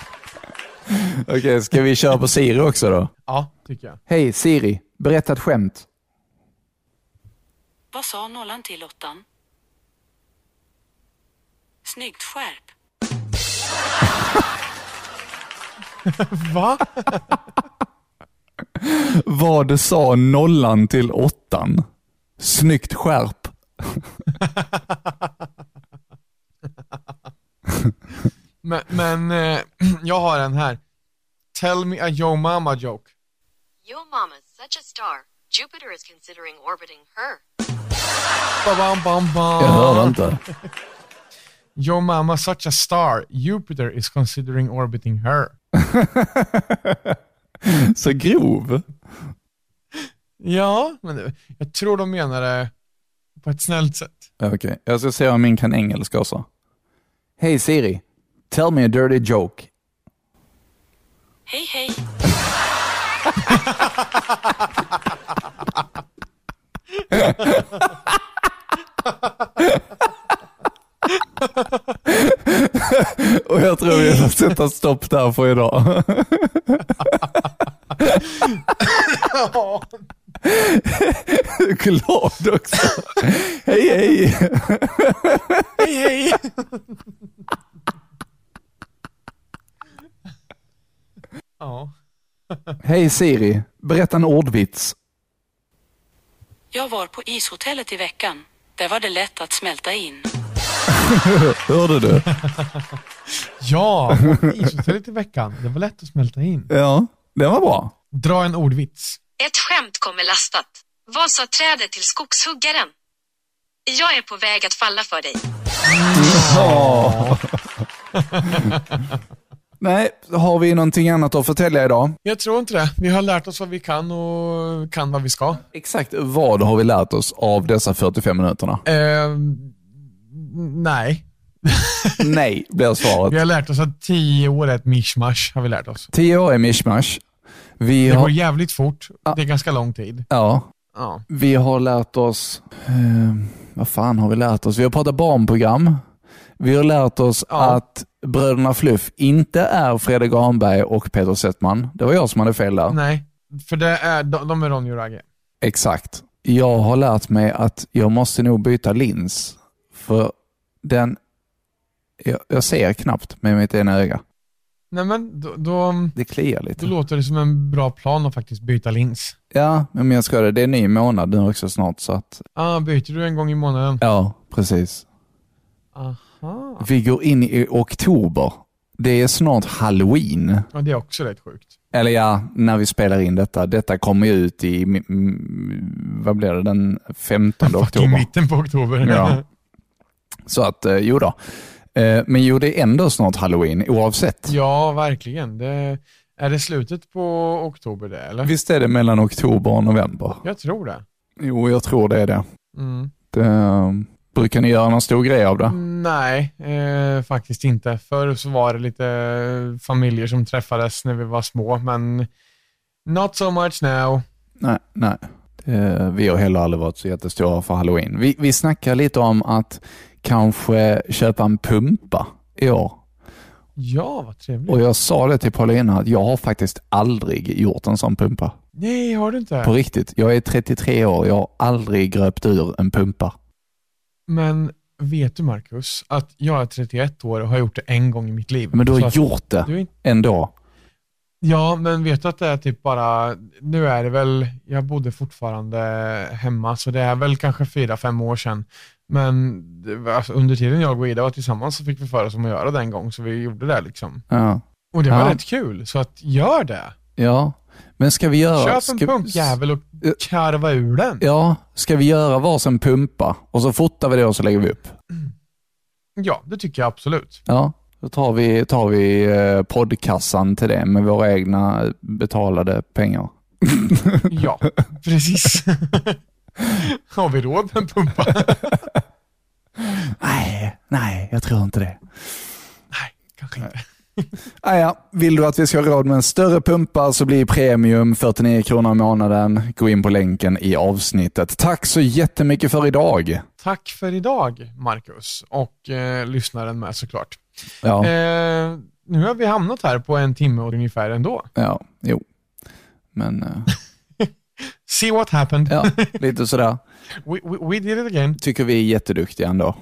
[SPEAKER 2] Okej, ska vi köra på Siri också då?
[SPEAKER 4] ja, tycker jag.
[SPEAKER 2] Hej Siri, berätta ett skämt.
[SPEAKER 13] Vad sa nollan till åttan? Snyggt skärp.
[SPEAKER 4] Va?
[SPEAKER 2] Vad sa nollan till åttan? Snyggt skärp.
[SPEAKER 4] Men, men eh, jag har en här. Tell me a yo mama joke.
[SPEAKER 5] Yo mama's such a star. Jupiter is considering orbiting her.
[SPEAKER 4] Ba, bam, bam, bam.
[SPEAKER 2] Jag hörde inte.
[SPEAKER 4] Yo mama such a star. Jupiter is considering orbiting her.
[SPEAKER 2] Så grov.
[SPEAKER 4] Ja, men det, jag tror de menar det på ett snällt sätt.
[SPEAKER 2] Okej, jag ska se om min kan engelska också. Hej Siri, tell me a dirty joke.
[SPEAKER 13] Hej hej.
[SPEAKER 2] Och jag tror vi får sätta stopp där för idag. Glad också. Hej hej!
[SPEAKER 4] hej, hej! ja.
[SPEAKER 2] Hej Siri, berätta en ordvits.
[SPEAKER 13] Jag var på ishotellet i veckan. Där var det lätt att smälta in.
[SPEAKER 2] Hörde du?
[SPEAKER 4] Ja, ishotellet i veckan. Det var lätt att smälta in.
[SPEAKER 2] Ja, den var bra.
[SPEAKER 4] Dra en ordvits.
[SPEAKER 5] Ett skämt kommer lastat. Vad sa trädet till skogshuggaren? Jag är på väg att falla för dig.
[SPEAKER 2] Ja. Nej, har vi någonting annat att förtälja idag?
[SPEAKER 4] Jag tror inte det. Vi har lärt oss vad vi kan och kan vad vi ska.
[SPEAKER 2] Exakt vad har vi lärt oss av dessa 45 minuterna?
[SPEAKER 4] Eh, nej.
[SPEAKER 2] Nej, blir svaret.
[SPEAKER 4] Vi har lärt oss att tio år är ett mishmash, har vi lärt oss.
[SPEAKER 2] 10 år är mishmash. Vi
[SPEAKER 4] Det
[SPEAKER 2] har-
[SPEAKER 4] går jävligt fort. Det är ganska lång tid.
[SPEAKER 2] Ja.
[SPEAKER 4] Ja.
[SPEAKER 2] Vi har lärt oss, eh, vad fan har vi lärt oss? Vi har pratat barnprogram. Vi har lärt oss att Bröderna Fluff inte är Fredrik Granberg och Peter Settman. Det var jag som hade fel där.
[SPEAKER 4] Nej, för det är, de, de är Ronny och Ragge.
[SPEAKER 2] Exakt. Jag har lärt mig att jag måste nog byta lins. För den... Jag, jag ser knappt med mitt ena öga.
[SPEAKER 4] Nej men då, då,
[SPEAKER 2] Det kliar lite.
[SPEAKER 4] då låter det som en bra plan att faktiskt byta lins.
[SPEAKER 2] Ja, men jag ska det. Det är ny månad nu också snart så att...
[SPEAKER 4] Ah, byter du en gång i månaden?
[SPEAKER 2] Ja, precis.
[SPEAKER 4] Aha.
[SPEAKER 2] Vi går in i oktober. Det är snart halloween.
[SPEAKER 4] Ja, det är också rätt sjukt.
[SPEAKER 2] Eller ja, när vi spelar in detta. Detta kommer ju ut i, mm, mm, vad blir det, den 15
[SPEAKER 4] I
[SPEAKER 2] oktober.
[SPEAKER 4] mitten på oktober.
[SPEAKER 2] Ja. Så att, eh, jo då. Eh, Men jo, det är ändå snart halloween oavsett.
[SPEAKER 4] ja verkligen. Det, är det slutet på oktober det eller?
[SPEAKER 2] Visst är det mellan oktober och november?
[SPEAKER 4] Jag tror det.
[SPEAKER 2] Jo, jag tror det är det.
[SPEAKER 4] Mm.
[SPEAKER 2] det eh, brukar ni göra någon stor grej av det?
[SPEAKER 4] Nej, eh, faktiskt inte. Förr så var det lite eh, familjer som träffades när vi var små, men not so much now.
[SPEAKER 2] Nej, nej. Eh, Vi har heller aldrig varit så jättestora för halloween. Vi, vi snackar lite om att kanske köpa en pumpa i år.
[SPEAKER 4] Ja, vad trevligt.
[SPEAKER 2] Och jag sa det till Paulina att jag har faktiskt aldrig gjort en sån pumpa.
[SPEAKER 4] Nej, har du inte?
[SPEAKER 2] På riktigt. Jag är 33 år. Jag har aldrig gröpt ur en pumpa.
[SPEAKER 4] Men vet du Marcus, att jag är 31 år och har gjort det en gång i mitt liv.
[SPEAKER 2] Men du
[SPEAKER 4] Så
[SPEAKER 2] har
[SPEAKER 4] att-
[SPEAKER 2] gjort det
[SPEAKER 4] Du är inte-
[SPEAKER 2] ändå.
[SPEAKER 4] Ja, men vet du att det är typ bara, nu är det väl, jag bodde fortfarande hemma, så det är väl kanske fyra, fem år sedan. Men det var- alltså, under tiden jag och Ida var tillsammans så fick vi för oss om att göra det en gång, så vi gjorde det liksom.
[SPEAKER 2] Ja.
[SPEAKER 4] Och det var
[SPEAKER 2] Ja.
[SPEAKER 4] rätt kul, så att gör det.
[SPEAKER 2] Ja. Men ska vi göra...
[SPEAKER 4] Köp en
[SPEAKER 2] ska,
[SPEAKER 4] pumpjävel och karva ur den.
[SPEAKER 2] Ja, ska vi göra varsin pumpa och så fotar vi det och så lägger vi upp?
[SPEAKER 4] Ja, det tycker jag absolut.
[SPEAKER 2] Ja, då tar vi, tar vi eh, poddkassan till det med våra egna eh, betalade pengar.
[SPEAKER 4] Ja, precis. Har vi råd med en pumpa?
[SPEAKER 2] Nej, nej, jag tror inte det.
[SPEAKER 4] Kanske inte.
[SPEAKER 2] Ah, ja. Vill du att vi ska ha råd med en större pumpa så blir premium 49 kronor i månaden. Gå in på länken i avsnittet. Tack så jättemycket för idag.
[SPEAKER 4] Tack för idag, Marcus, och eh, lyssnaren med såklart.
[SPEAKER 2] Ja.
[SPEAKER 4] Eh, nu har vi hamnat här på en timme och ungefär ändå.
[SPEAKER 2] Ja, jo. Men eh,
[SPEAKER 4] See what happened.
[SPEAKER 2] ja, lite sådär.
[SPEAKER 4] We, we, we did it again.
[SPEAKER 2] Tycker vi är jätteduktiga ändå.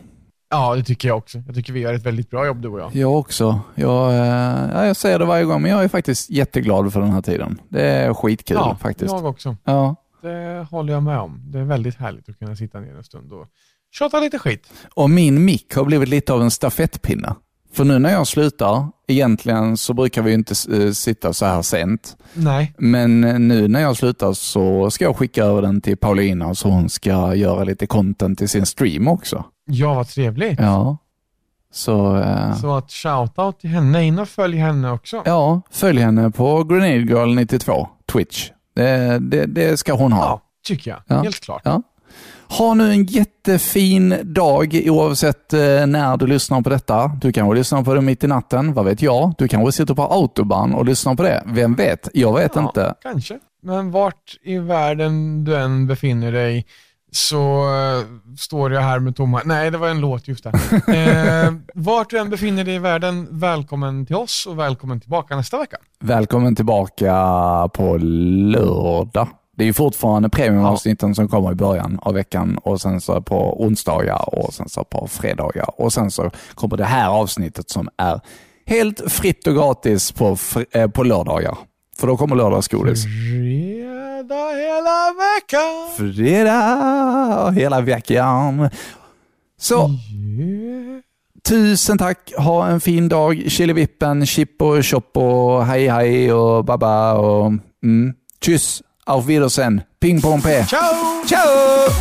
[SPEAKER 4] Ja, det tycker jag också. Jag tycker vi gör ett väldigt bra jobb, du och jag.
[SPEAKER 2] Jag också. Jag, eh, ja, jag säger det varje gång, men jag är faktiskt jätteglad för den här tiden. Det är skitkul
[SPEAKER 4] ja,
[SPEAKER 2] faktiskt.
[SPEAKER 4] jag också.
[SPEAKER 2] Ja.
[SPEAKER 4] Det håller jag med om. Det är väldigt härligt att kunna sitta ner en stund och tjata lite skit.
[SPEAKER 2] Och min mick har blivit lite av en stafettpinne. För nu när jag slutar, egentligen så brukar vi ju inte eh, sitta så här sent.
[SPEAKER 4] Nej,
[SPEAKER 2] Men eh, nu när jag slutar så ska jag skicka över den till Paulina så hon ska göra lite content till sin stream också.
[SPEAKER 4] ja vad trevligt.
[SPEAKER 2] Ja. Så, eh,
[SPEAKER 4] Så att shoutout till henne. In och följ henne också.
[SPEAKER 2] ja, följ henne på Grenade Girl 92 Twitch. Det, det, det ska hon ha.
[SPEAKER 4] Tycker jag.
[SPEAKER 2] Ja.
[SPEAKER 4] Helt klart.
[SPEAKER 2] Ja. Ha nu en jättefin dag oavsett eh, när du lyssnar på detta. Du kanske lyssnar på det mitt i natten, vad vet jag? Du kanske sitter på autobahn och lyssnar på det. Vem vet? Jag vet inte.
[SPEAKER 4] Kanske. Men vart i världen du än befinner dig så eh, står jag här med tomma... Nej, det var en låt just där. eh, vart du än befinner dig i världen, välkommen till oss och välkommen tillbaka nästa vecka.
[SPEAKER 2] Välkommen tillbaka på lördag. Det är ju fortfarande premiumavsnitten som kommer i början av veckan och sen så på onsdagar och sen så på fredagar och sen så kommer det här avsnittet som är helt fritt och gratis på, fr- eh, på lördagar. För då kommer lördagsgodis.
[SPEAKER 4] Fredag hela veckan.
[SPEAKER 2] fredag hela veckan. Så, tusen tack. Ha en fin dag. Chilivippen, chippo, choppo, hej hej och baba och mm. Tschüss, auf Wiedersehen, ping pong p.
[SPEAKER 4] Ciao!
[SPEAKER 2] Ciao!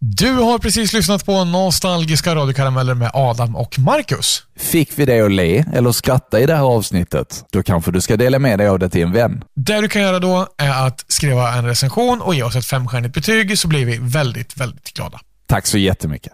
[SPEAKER 4] Du har precis lyssnat på Nostalgiska radiokarameller med Adam och Marcus.
[SPEAKER 2] Fick vi dig att le eller skratta i det här avsnittet, då kanske du ska dela med dig av det till en vän.
[SPEAKER 4] Det du kan göra då är att skriva en recension och ge oss ett femstjärnigt betyg så blir vi väldigt, väldigt glada.
[SPEAKER 2] Tack så jättemycket.